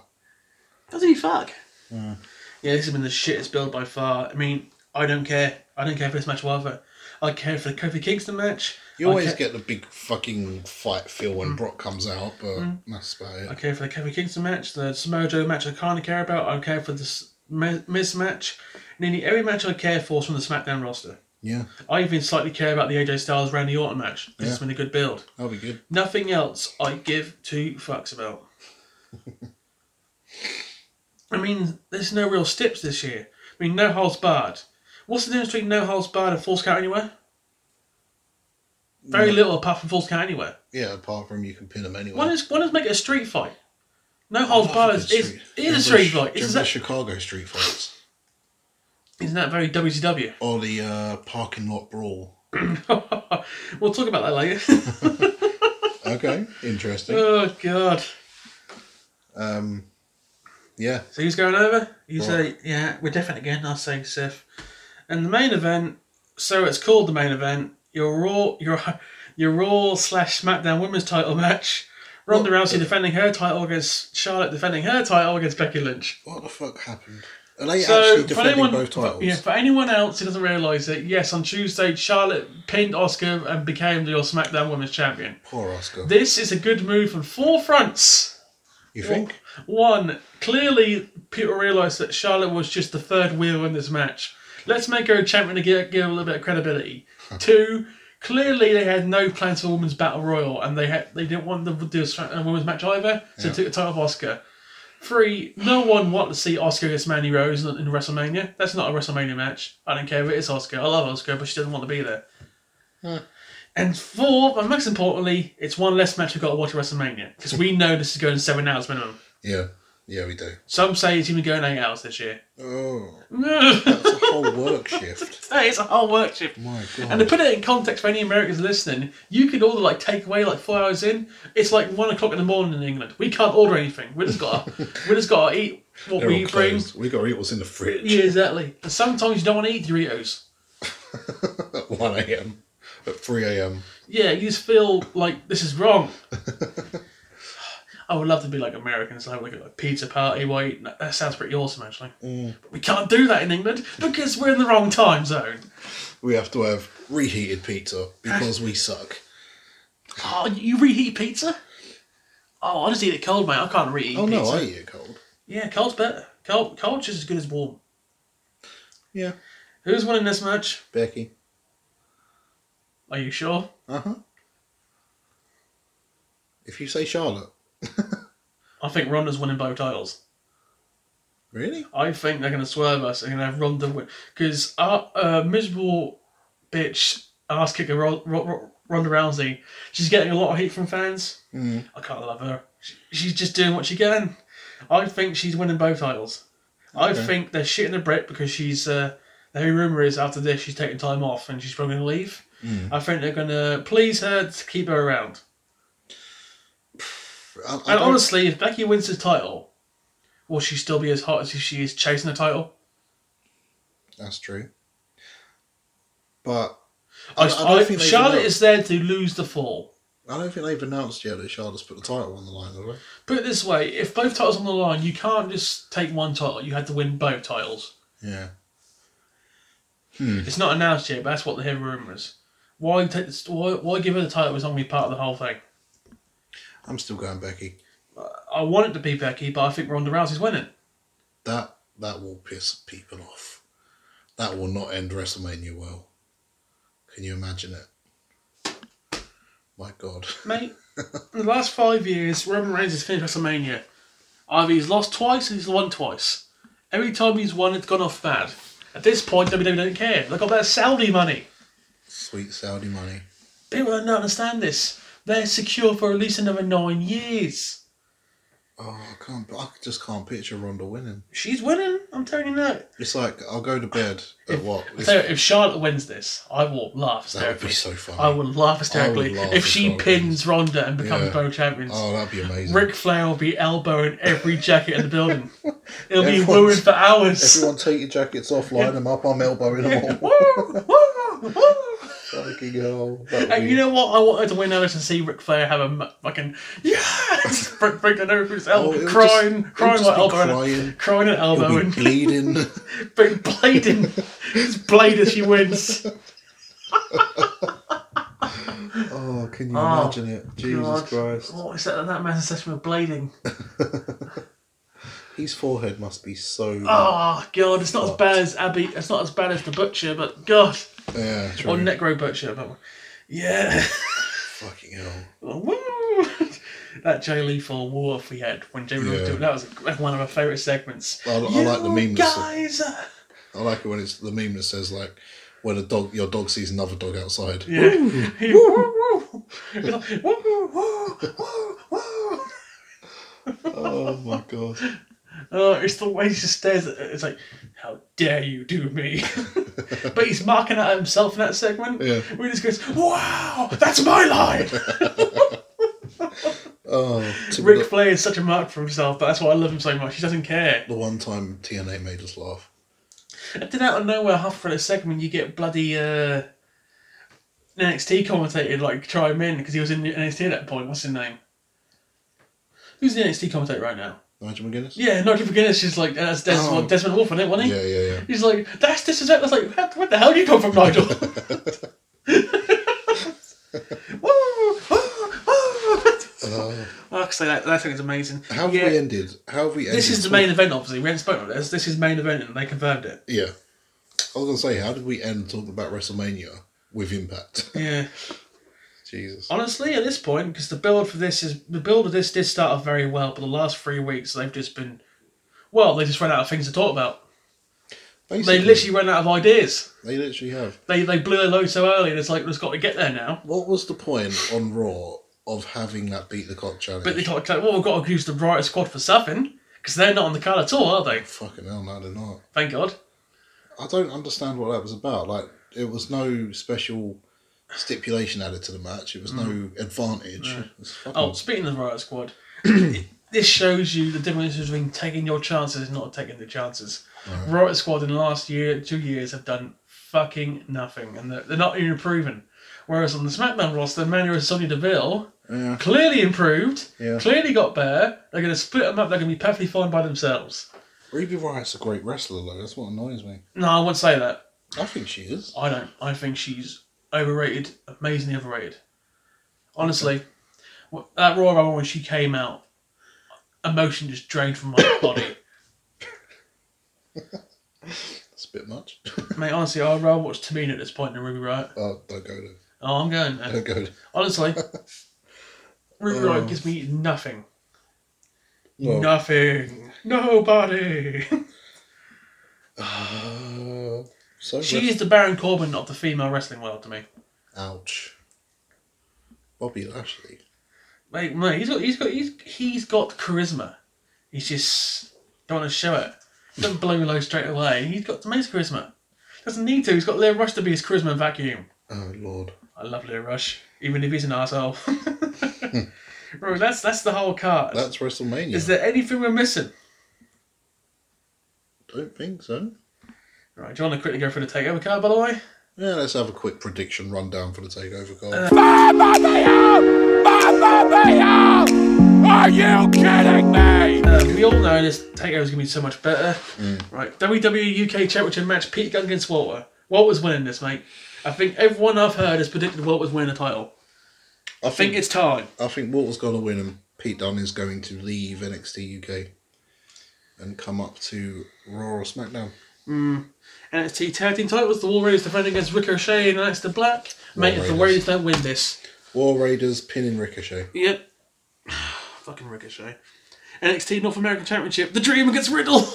Speaker 6: Doesn't he fuck?
Speaker 5: Mm.
Speaker 6: Yeah, this has been the shittest build by far. I mean, I don't care. I don't care for this match whatsoever. I care for the Kofi Kingston match.
Speaker 5: You
Speaker 6: I
Speaker 5: always
Speaker 6: ca- Mm.
Speaker 5: get the big fucking fight feel when Brock comes out, but that's about it.
Speaker 6: I care for the Kofi Kingston match, the Samoa Joe match I kind of care about. I care for this Miz match. Nearly every match I care for is from the SmackDown roster.
Speaker 5: Yeah,
Speaker 6: I even slightly care about the AJ Styles Randy Orton match. This has
Speaker 5: Yeah.
Speaker 6: been a good build.
Speaker 5: that'll be good.
Speaker 6: Nothing else I give two fucks about. I mean, there's no real steps this year. I mean, no holds barred. What's the difference between no holds barred and false count anywhere? Very little apart from false count anywhere.
Speaker 5: Yeah, apart from you can pin him anyway.
Speaker 6: One is one is make it a street fight. No holds barred is, is, is a
Speaker 5: Remember
Speaker 6: street
Speaker 5: Sh-
Speaker 6: fight.
Speaker 5: do you
Speaker 6: Isn't
Speaker 5: remember
Speaker 6: that,
Speaker 5: Chicago street fights?
Speaker 6: isn't that very WCW?
Speaker 5: Or the uh, parking lot brawl?
Speaker 6: We'll talk about that later.
Speaker 5: Okay,
Speaker 6: Uh,
Speaker 5: interesting.
Speaker 6: oh god.
Speaker 5: Um, yeah,
Speaker 6: So he's going over. You say, yeah, we're definitely going. I say, Seth. And the main event, so it's called the main event. Your Raw, your your Raw slash SmackDown Women's Title match. Ronda
Speaker 5: What
Speaker 6: Rousey defending her title against Charlotte, defending her title against Becky Lynch.
Speaker 5: what the fuck happened? Are they
Speaker 6: So
Speaker 5: actually
Speaker 6: for
Speaker 5: defending
Speaker 6: anyone,
Speaker 5: both titles?
Speaker 6: yeah, for anyone else who doesn't realise it, yes, on Tuesday Charlotte pinned Oscar and became your SmackDown Women's Champion.
Speaker 5: Poor Oscar.
Speaker 6: This is a good move on four fronts.
Speaker 5: you think?
Speaker 6: One, clearly people realised that Charlotte was just the third wheel in this match. Let's make her a champion to give, give her a little bit of credibility. Two, clearly they had no plans for women's battle royal and they had they didn't want them to do a stra- a women's match either, so they took the title of Oscar. Three, no one wanted to see Oscar against Mandy Rose in, in WrestleMania. That's not a WrestleMania match. I don't care if it is Oscar. I love Oscar, but she doesn't want to be there. And four, and most importantly, it's one less match we've got to watch at WrestleMania because we know this is going seven hours minimum.
Speaker 5: Yeah, yeah, we do.
Speaker 6: Some say it's even going eight hours this year.
Speaker 5: Oh,
Speaker 6: that
Speaker 5: that's a whole work shift.
Speaker 6: is a whole work shift.
Speaker 5: My
Speaker 6: And to
Speaker 5: god.
Speaker 6: put it in context for any Americans listening, you could order like takeaway like four hours in. It's like one o'clock in the morning in England. We can't order anything. We just got to, we just got to eat what
Speaker 5: They're
Speaker 6: we
Speaker 5: all
Speaker 6: bring.
Speaker 5: closed. We gotta eat what's in the fridge
Speaker 6: Yeah, exactly. And sometimes you don't want to eat Doritos.
Speaker 5: at 1 a.m. At 3 a.m.
Speaker 6: Yeah, you just feel like this is wrong. I would love to be like Americans, like like a pizza party. Wait, that sounds pretty awesome actually.
Speaker 5: Mm.
Speaker 6: But we can't do that in England because we're in the wrong time zone.
Speaker 5: We have to have reheated pizza because we suck.
Speaker 6: Oh, you reheat pizza? Oh, I just eat it cold, mate. I can't reheat
Speaker 5: Oh
Speaker 6: pizza.
Speaker 5: no, I eat it cold.
Speaker 6: Yeah, cold's better. Cold, cold's just as good as warm.
Speaker 5: Yeah.
Speaker 6: Who's winning this match?
Speaker 5: Becky.
Speaker 6: Are you sure?
Speaker 5: Uh huh. If you say Charlotte,
Speaker 6: I think Ronda's winning both titles.
Speaker 5: really?
Speaker 6: I think they're going to swerve us. They're going to have Ronda win because our uh, miserable bitch ass kicker Ro- Ro- Ro- Ronda Rousey. She's getting a lot of heat from fans. Mm. I can't love her. She, she's just doing what she can. I think she's winning both titles. I think they're shitting the Brit because she's. Uh, the only rumor is after this she's taking time off and she's probably going to leave.
Speaker 5: Mm.
Speaker 6: I think they're going to please her to keep her around.
Speaker 5: I, I
Speaker 6: And
Speaker 5: don't-
Speaker 6: honestly, if Becky wins the title, will she still be as hot as if she is chasing the title?
Speaker 5: that's true. But
Speaker 6: I,
Speaker 5: I don't- I don't
Speaker 6: I-
Speaker 5: think they
Speaker 6: Charlotte
Speaker 5: will.
Speaker 6: is there to lose the fall.
Speaker 5: I don't think they've announced yet that Charlotte's put the title on the line, have they?
Speaker 6: Put it this way: if both titles on the line, you can't just take one title. You had to win both titles.
Speaker 5: Yeah. Hmm.
Speaker 6: It's not announced yet, but that's what the heavy rumours. Why take this, why, why give her the title? It's only part of the whole thing.
Speaker 5: I'm still going Becky.
Speaker 6: I want it to be Becky, but I think Ronda Rousey's winning.
Speaker 5: That that will piss people off. That will not end WrestleMania well. Can you imagine it? My God.
Speaker 6: Mate, in the last five years, Roman Reigns has finished WrestleMania. Either he's lost twice or he's won twice. Every time he's won, it's gone off bad. At this point, WWE don't care. They got that Saudi money.
Speaker 5: Sweet Saudi money.
Speaker 6: People don't understand this. They're secure for at least another nine years.
Speaker 5: Oh, I can't. I just can't picture Ronda winning.
Speaker 6: She's winning. I'm telling you now.
Speaker 5: It's like I'll go to bed at what? It's-
Speaker 6: So if Charlotte wins this, I will laugh
Speaker 5: that would
Speaker 6: hysterically.
Speaker 5: be so funny.
Speaker 6: I would laugh hysterically
Speaker 5: laugh
Speaker 6: if she
Speaker 5: hysterically.
Speaker 6: pins Ronda and becomes
Speaker 5: Yeah.
Speaker 6: both champions.
Speaker 5: Oh, that'd be amazing.
Speaker 6: Ric Flair will be elbowing every jacket in the building. It'll be
Speaker 5: Everyone's-
Speaker 6: wooing for hours.
Speaker 5: Everyone, take your jackets off, line them up. I'm elbowing them all.
Speaker 6: Woo, woo, woo.
Speaker 5: Fucking hell. That would
Speaker 6: And
Speaker 5: be-
Speaker 6: you know what? I wanted to win Ellis and see Ric Flair have a mu- fucking yes, break, breaking over his
Speaker 5: Oh,
Speaker 6: elbow,
Speaker 5: it would
Speaker 6: crying,
Speaker 5: just- it would
Speaker 6: crying,
Speaker 5: just
Speaker 6: like
Speaker 5: be
Speaker 6: elbow,
Speaker 5: crying.
Speaker 6: crying. crying and elbow,
Speaker 5: It'll
Speaker 6: and
Speaker 5: be bleeding.
Speaker 6: being blading, his blade as she wins.
Speaker 5: oh, can you
Speaker 6: Oh,
Speaker 5: imagine it? Jesus
Speaker 6: God.
Speaker 5: Christ.
Speaker 6: What is that? That man's obsession with blading.
Speaker 5: His forehead must be so.
Speaker 6: Oh god, it's not as bad as Abby. It's not as bad as the butcher, but god,
Speaker 5: yeah, true.
Speaker 6: or Necro Butcher. But yeah,
Speaker 5: Fucking hell.
Speaker 6: Woo! that Jay Lethal war we had when Jay Lethal
Speaker 5: Yeah.
Speaker 6: was doing that was one of my favorite segments.
Speaker 5: I- I like the
Speaker 6: You
Speaker 5: meme that's-
Speaker 6: guys. are-
Speaker 5: I like it when it's the meme that says like when a dog your dog sees another dog outside.
Speaker 6: Yeah. Woo, woo. It's like, woo, woo, woo, woo.
Speaker 5: Oh my god.
Speaker 6: Oh, it's the way he just stares. At it. It's like, how dare you do me? but he's marking at himself in that segment.
Speaker 5: Yeah.
Speaker 6: Where he just goes, "Wow, that's my line."
Speaker 5: Oh, to
Speaker 6: Ric
Speaker 5: the,
Speaker 6: Flair is such a mark for himself, but that's why I love him so much. He doesn't care.
Speaker 5: the one time TNA made us laugh.
Speaker 6: And then out of nowhere, half for the segment, you get bloody uh, NXT commentator like chime in because he was in NXT at that point. What's his name? Who's the NXT commentator right now?
Speaker 5: Nigel McGuinness.
Speaker 6: Yeah, Nigel McGuinness is like that's Des-
Speaker 5: Oh.
Speaker 6: Desmond Wolf, wasn't it? Wasn't he?
Speaker 5: yeah, yeah. yeah.
Speaker 6: He's like, that's disrespect. I was like, "Where- where the hell do you come from, Nigel? Woo, woo, woo.
Speaker 5: Uh,
Speaker 6: I can say that, that thing is amazing.
Speaker 5: how have
Speaker 6: Yeah,
Speaker 5: we ended? How have we ended?
Speaker 6: this is the main event, obviously. We haven't spoken about this. This is main event, and they confirmed it.
Speaker 5: Yeah. I was gonna say, how did we end talking about WrestleMania with Impact?
Speaker 6: Yeah.
Speaker 5: Jesus.
Speaker 6: Honestly, at this point, because the build for this is the build of this did start off very well, but the last three weeks they've just been, well, they just ran out of things to talk about.
Speaker 5: Basically,
Speaker 6: They literally ran out of ideas.
Speaker 5: they literally have.
Speaker 6: They they blew their load so early, and it's like, we've got to get there now.
Speaker 5: What was the point on Raw of having that beat the cock challenge?
Speaker 6: But they talked like, well, we've got to use the right squad for something because they're not on the card at all, are they?
Speaker 5: Fucking hell, no, they're not.
Speaker 6: Thank God.
Speaker 5: I don't understand what that was about. Like, it was no special stipulation added to the match. It was no advantage. It was fucking-
Speaker 6: Mm. Oh, speaking of the riot squad, this shows you the difference between taking your chances and not taking the chances. Riot squad in the last year, two years, have done fucking nothing, and they're, they're not even improving. Whereas on the SmackDown roster, Manu and Sonya Deville
Speaker 5: Yeah.
Speaker 6: clearly improved,
Speaker 5: Yeah.
Speaker 6: clearly got better. They're going to split them up. They're going to be perfectly fine by themselves.
Speaker 5: Ruby Riot's a great wrestler, though. That's what annoys me.
Speaker 6: No, I won't say that.
Speaker 5: I think she is.
Speaker 6: I don't. I think she's overrated, amazingly overrated. Honestly, wh- that Royal Rumble when she came out, emotion just drained from my body.
Speaker 5: That's a bit much.
Speaker 6: Mate, honestly, I'd rather watch Tamina at this point than Ruby Riot.
Speaker 5: oh, don't go there.
Speaker 6: Oh, I'm going. there.
Speaker 5: Don't go there.
Speaker 6: Honestly, Ruby
Speaker 5: Oh.
Speaker 6: Riot gives me nothing.
Speaker 5: Well,
Speaker 6: Nothing. Nobody.
Speaker 5: uh, so
Speaker 6: she
Speaker 5: rest-
Speaker 6: is the Baron Corbin of the female wrestling world to me.
Speaker 5: Ouch. Bobby Lashley.
Speaker 6: Mate, mate, he's got, he's got, he's, he's got charisma. He's just don't want to show it. Don't blow low straight away. He's got amazing charisma. Doesn't need to. He's got Leo Rush to be his charisma vacuum.
Speaker 5: Oh, Lord.
Speaker 6: I love Leo Rush, even if he's an asshole. right, that's that's the whole card.
Speaker 5: That's WrestleMania.
Speaker 6: Is there anything we're missing?
Speaker 5: don't think so.
Speaker 6: Right, do you want to quickly go through the takeover card, by the way?
Speaker 5: Yeah, let's have a quick prediction rundown for the takeover card.
Speaker 6: Uh,
Speaker 3: Are you kidding me?
Speaker 6: Uh, we all know this takeover is going to be so much better. Right, WWE UK Championship match: Pete Dunne against Walter. Walter's winning this, mate. I think everyone I've heard has predicted Walter's winning the title.
Speaker 5: I
Speaker 6: I think it's time.
Speaker 5: I think Walter's going to win, and Pete Dunne is going to leave NXT UK and come up to Raw or SmackDown.
Speaker 6: NXT Tag Team titles. The War Raiders defending against Ricochet and Aleister Black. Mate, if the
Speaker 5: Raiders.
Speaker 6: Warriors don't win this,
Speaker 5: War Raiders pinning Ricochet.
Speaker 6: yep, fucking Ricochet. NXT North American Championship. The Dream against Riddle.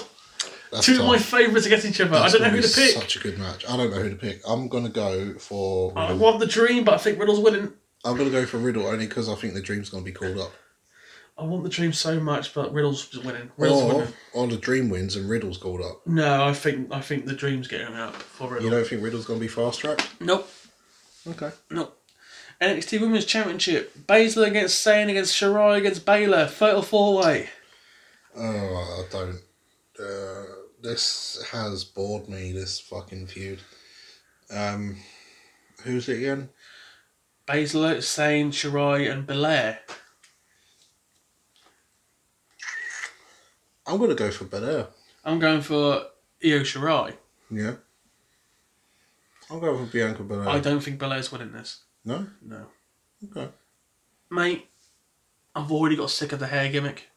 Speaker 5: That's
Speaker 6: Two of
Speaker 5: tough.
Speaker 6: my favourites against each other.
Speaker 5: That's
Speaker 6: I don't know
Speaker 5: gonna be
Speaker 6: who to pick.
Speaker 5: Such a good match. I don't know who to pick. I'm going to go for.
Speaker 6: I
Speaker 5: Riddle.
Speaker 6: want the Dream, but I think Riddle's winning.
Speaker 5: I'm going to go for Riddle only because I think the Dream's going to be called up.
Speaker 6: I want the dream so much, but Riddle's just winning. Riddle's
Speaker 5: Or,
Speaker 6: winning.
Speaker 5: or the Dream wins and Riddle's called up.
Speaker 6: No, I think I think the dream's getting out for Riddle.
Speaker 5: You don't think Riddle's going to be fast tracked?
Speaker 6: nope,
Speaker 5: Okay.
Speaker 6: nope. NXT Women's Championship: Baszler against Sane against Shirai against Baylor. Fatal four way.
Speaker 5: Oh, I don't. Uh, this has bored me. This fucking feud. Um, who's it again?
Speaker 6: Baszler, Sane, Shirai, and Belair.
Speaker 5: I'm gonna go for Belair.
Speaker 6: I'm going for Io Shirai.
Speaker 5: Yeah. I'll go for Bianca Belair.
Speaker 6: I don't think Belair's winning this.
Speaker 5: No.
Speaker 6: No,
Speaker 5: Okay.
Speaker 6: mate. I've already got sick of the hair gimmick.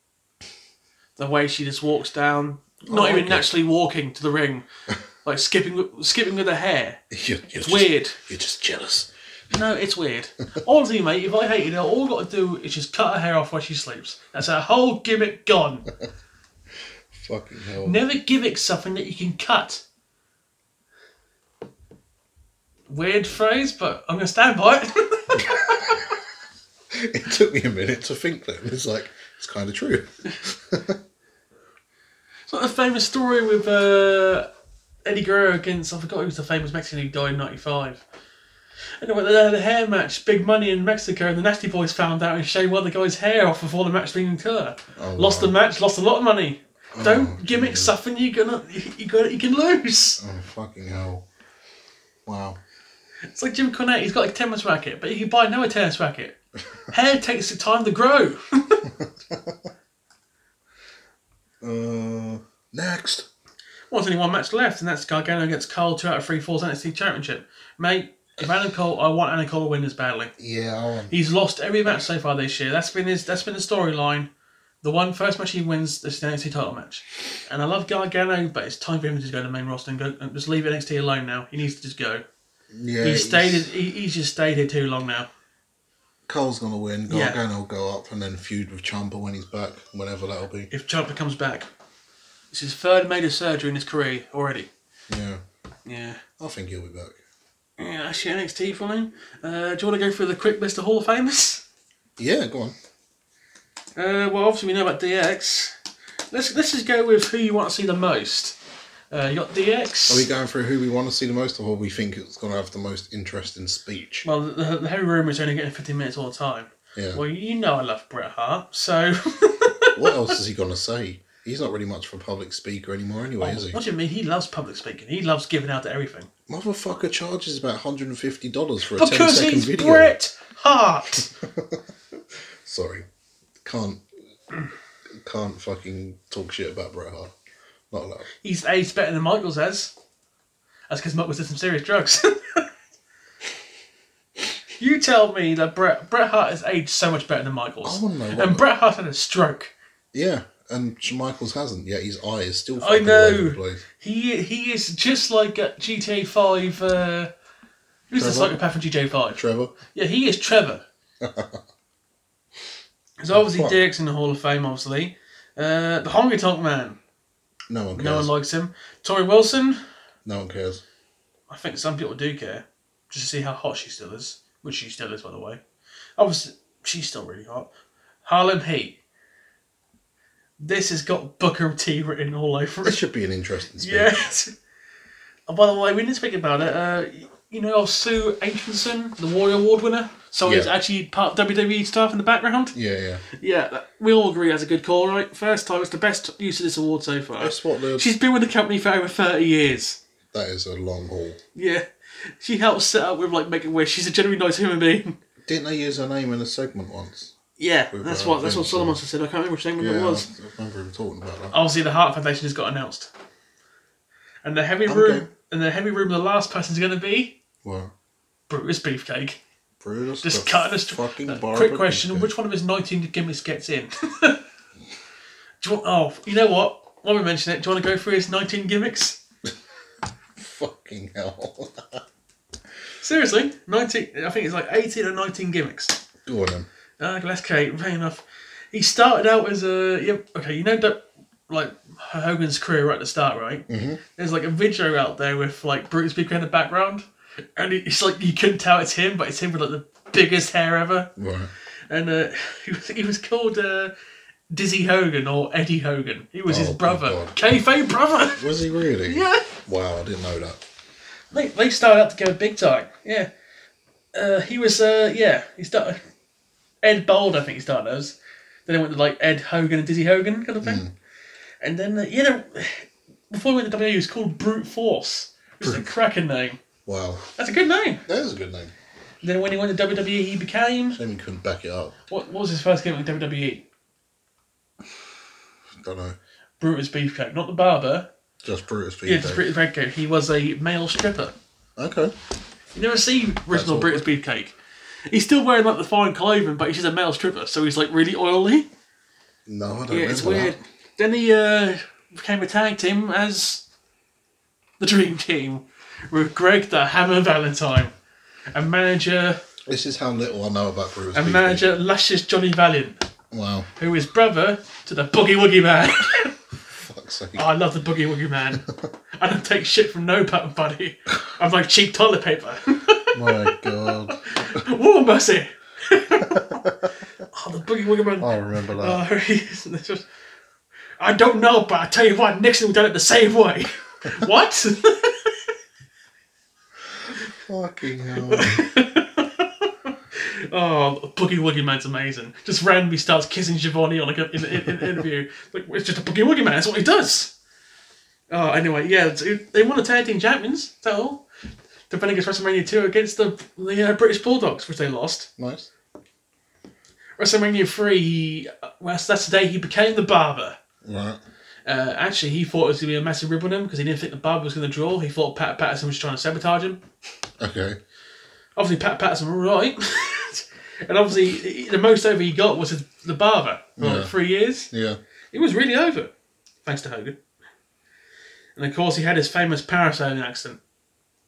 Speaker 6: The way she just walks down, not
Speaker 5: Oh,
Speaker 6: even
Speaker 5: okay.
Speaker 6: naturally walking to the ring, like skipping, skipping with her hair.
Speaker 5: You're, you're just,
Speaker 6: Weird.
Speaker 5: You're just jealous.
Speaker 6: No, it's weird. Honestly, mate, if I hated her, all I've got to do is just cut her hair off while she sleeps. That's her whole gimmick gone.
Speaker 5: Fucking hell.
Speaker 6: Never gimmick something that you can cut. Weird phrase, but I'm going to stand by it.
Speaker 5: It took me a minute to think that. It's like it's kind of true.
Speaker 6: it's like the famous story with uh, Eddie Guerrero against, I forgot who was the famous Mexican who died in 95. And they had a hair match, big money in Mexico, and the Nasty Boys found out and shaved one of the guy's hair off before the match didn't occur.
Speaker 5: Oh,
Speaker 6: lost
Speaker 5: wow.
Speaker 6: the match, lost a lot of money. Don't
Speaker 5: Oh,
Speaker 6: gimmick
Speaker 5: Jesus.
Speaker 6: something you're gonna you got you can lose.
Speaker 5: Oh fucking hell. Wow.
Speaker 6: It's like Jim Cornette, he's got a tennis racket, but you can buy no tennis racket. Hair takes the time to grow.
Speaker 5: Uh, next.
Speaker 6: Well, there's only one match left, and that's Gargano against Cole, two out of three falls NXT Championship. Mate, if Adam Cole, I want Adam Cole to win this badly.
Speaker 5: Yeah. I want,
Speaker 6: He's lost every match so far this year. That's been his. That's been the storyline. The one first match he wins is the NXT title match, and I love Gargano, but it's time for him to just go to the main roster and go and just leave NXT alone now. He needs to just go.
Speaker 5: yeah.
Speaker 6: He
Speaker 5: he's-
Speaker 6: stayed. He, he's just stayed here too long now.
Speaker 5: Cole's gonna win.
Speaker 6: Yeah.
Speaker 5: Gargano will go up and then feud with Champa when he's back, whenever that'll be.
Speaker 6: If Ciampa comes back, it's his third major surgery in his career already.
Speaker 5: Yeah.
Speaker 6: Yeah.
Speaker 5: I think he'll be back.
Speaker 6: Yeah, actually NXT for me. Uh, do you want to go through the quick list of Hall of Famers?
Speaker 5: Yeah. Go on.
Speaker 6: Uh, well, obviously we know about DX. Let's let's just go with who you want to see the most. Uh, you got DX.
Speaker 5: Are Oh, we going through who we want to see the most, or who we think it's gonna have the most interesting speech?
Speaker 6: Well, the, the heavy rumour is only getting 15 minutes all the time.
Speaker 5: Yeah.
Speaker 6: Well, you know I love Bret Hart, so.
Speaker 5: what else is he gonna say? He's not really much of a public speaker anymore, anyway, is he?
Speaker 6: what do you mean? He loves public speaking. He loves giving out to everything.
Speaker 5: Motherfucker charges about hundred and fifty dollars for a ten
Speaker 6: Because
Speaker 5: second
Speaker 6: he's
Speaker 5: video.
Speaker 6: Bret Hart!
Speaker 5: Sorry, can't can't fucking talk shit about Bret Hart. Not allowed.
Speaker 6: he's aged better than Michaels has. That's because Michaels did some serious drugs. you tell me that Bret, Bret Hart has aged so much better than Michaels.
Speaker 5: I wanna know what
Speaker 6: and
Speaker 5: the-
Speaker 6: Bret Hart had a stroke.
Speaker 5: Yeah, and Michaels hasn't. Yet his eye is still.
Speaker 6: I
Speaker 5: fucking all over
Speaker 6: know.
Speaker 5: the place.
Speaker 6: He he is just like a GTA 5. Uh, who's the
Speaker 5: Trevor?
Speaker 6: psychopath from GTA 5?
Speaker 5: Trevor.
Speaker 6: Yeah, he is Trevor. There's obviously
Speaker 5: Fuck.
Speaker 6: Derek's in the Hall of Fame, obviously. Uh, the Honky Tonk Man.
Speaker 5: No one cares.
Speaker 6: No one likes him. Tori Wilson.
Speaker 5: No one cares.
Speaker 6: I think some people do care. Just to see how hot she still is. Which she still is, by the way. Obviously, she's still really hot. Harlem Heat. This has got Booker T written all over
Speaker 5: This
Speaker 6: it.
Speaker 5: should be an interesting speech.
Speaker 6: Yes. And by the way, we didn't speak about it. Uh, you know of Sue Aitchison, the Warrior Award winner? So he's
Speaker 5: Yeah.
Speaker 6: actually part of WWE staff in the background?
Speaker 5: Yeah, yeah.
Speaker 6: Yeah, that- we all agree that's a good call, right? First time, it's the best use of this award so far.
Speaker 5: That's what the.
Speaker 6: She's been with the company for over 30 years.
Speaker 5: That is a long haul.
Speaker 6: Yeah. She helped set up with, like, Make a Wish. She's a genuinely nice human being.
Speaker 5: Didn't they use her name in a segment once?
Speaker 6: Yeah,
Speaker 5: With
Speaker 6: that's
Speaker 5: her
Speaker 6: what that's what
Speaker 5: friends,
Speaker 6: Solomon
Speaker 5: yeah.
Speaker 6: said. I can't remember which name
Speaker 5: Yeah,
Speaker 6: it was.
Speaker 5: I remember him talking about that.
Speaker 6: Obviously, the Heart Foundation has got announced. And the heavy
Speaker 5: I'm
Speaker 6: room,
Speaker 5: game.
Speaker 6: and the heavy room, the last person's going to be
Speaker 5: Well,
Speaker 6: Brutus Beefcake.
Speaker 5: Brutus.
Speaker 6: Just
Speaker 5: the
Speaker 6: cut us.
Speaker 5: Fucking
Speaker 6: uh,
Speaker 5: Barbara
Speaker 6: quick question:
Speaker 5: Beefcake.
Speaker 6: Which one of his nineteen gimmicks gets in? do you want, oh, you know what? While we mention it, do you want to go through his nineteen gimmicks?
Speaker 5: Fucking hell.
Speaker 6: Seriously, nineteen. I think it's like eighteen or nineteen gimmicks.
Speaker 5: Go on then.
Speaker 6: Uh, Glasgow, fair enough. He started out as a yep. Okay, you know that like Hogan's career right at the start, right? Mm-hmm. There's like a video out there with like Brutus Beefcake in the background, and it's like you couldn't tell it's him, but it's him with like the biggest hair ever.
Speaker 5: Right.
Speaker 6: and uh, he was he was called uh, Dizzy Hogan or Eddie Hogan. He was his
Speaker 5: Oh, good
Speaker 6: brother,
Speaker 5: God.
Speaker 6: kayfabe brother.
Speaker 5: Was he really?
Speaker 6: Yeah.
Speaker 5: Wow, I didn't know that.
Speaker 6: They, they started out together big time. Yeah. Uh, he was, uh, yeah, he started. Ed Bold, I think he started as. Then it went to like Ed Hogan and Dizzy Hogan kind of thing. And then, uh, you know, before we went to WWE, it was called Brute Force, which is a
Speaker 5: Brute.
Speaker 6: cracking name.
Speaker 5: Wow,
Speaker 6: That's a good name.
Speaker 5: that is a good name.
Speaker 6: Then when he went to WWE, he became.
Speaker 5: Shame you couldn't back it up.
Speaker 6: What, what was his first gimmick in WWE?
Speaker 5: Don't know.
Speaker 6: Brutus Beefcake. Not the barber.
Speaker 5: Just Brutus
Speaker 6: Yeah,
Speaker 5: Beefcake.
Speaker 6: just Brutus Beefcake. He was a male stripper.
Speaker 5: okay.
Speaker 6: You never see original
Speaker 5: all.
Speaker 6: British Beefcake. He's still wearing like the fine clothing, but he's just a male stripper, so he's like really oily.
Speaker 5: No, I don't
Speaker 6: Yeah, it's
Speaker 5: remember that.
Speaker 6: weird. Then he uh, became a tag team as the Dream Team with Greg the Hammer Valentine and manager
Speaker 5: This is how little I know about Brutus
Speaker 6: and
Speaker 5: Beefcake.
Speaker 6: manager Lashes Johnny Valiant,
Speaker 5: Wow,
Speaker 6: who is brother to the Boogie Woogie Man.
Speaker 5: fuck's sake.
Speaker 6: Oh, I love the Boogie Woogie Man. I don't take shit from no pattern buddy. I'm like cheap toilet paper.
Speaker 5: My god.
Speaker 6: Whoa, mercy! oh, the Boogie Woogie Man.
Speaker 5: I remember that.
Speaker 6: Oh, he's- it's just- I don't know, but I tell you what, Nixon done it the same way. what?
Speaker 5: Fucking hell.
Speaker 6: oh, Boogie Woogie Man's amazing. Just randomly starts kissing Giovanni on like a, in, in, in an interview. Like it's just a Boogie Woogie Man. That's what he does. Oh, anyway, yeah, it's- it- they won the tag team champions. Is that all? Defending against WrestleMania two against the the uh, British Bulldogs, which they lost.
Speaker 5: nice.
Speaker 6: WrestleMania three, he, uh, well, that's the day he became the barber.
Speaker 5: Right.
Speaker 6: Uh, actually, he thought it was going to be a massive rib on him because he didn't think the barber was going to draw. He thought Pat Patterson was trying to sabotage him.
Speaker 5: Okay.
Speaker 6: Obviously, Pat Patterson was right. and obviously, he- the most over he got was his- the barber for like
Speaker 5: Yeah.
Speaker 6: three years.
Speaker 5: Yeah.
Speaker 6: It was really over, thanks to Hogan. And of course, he had his famous parasailing accident.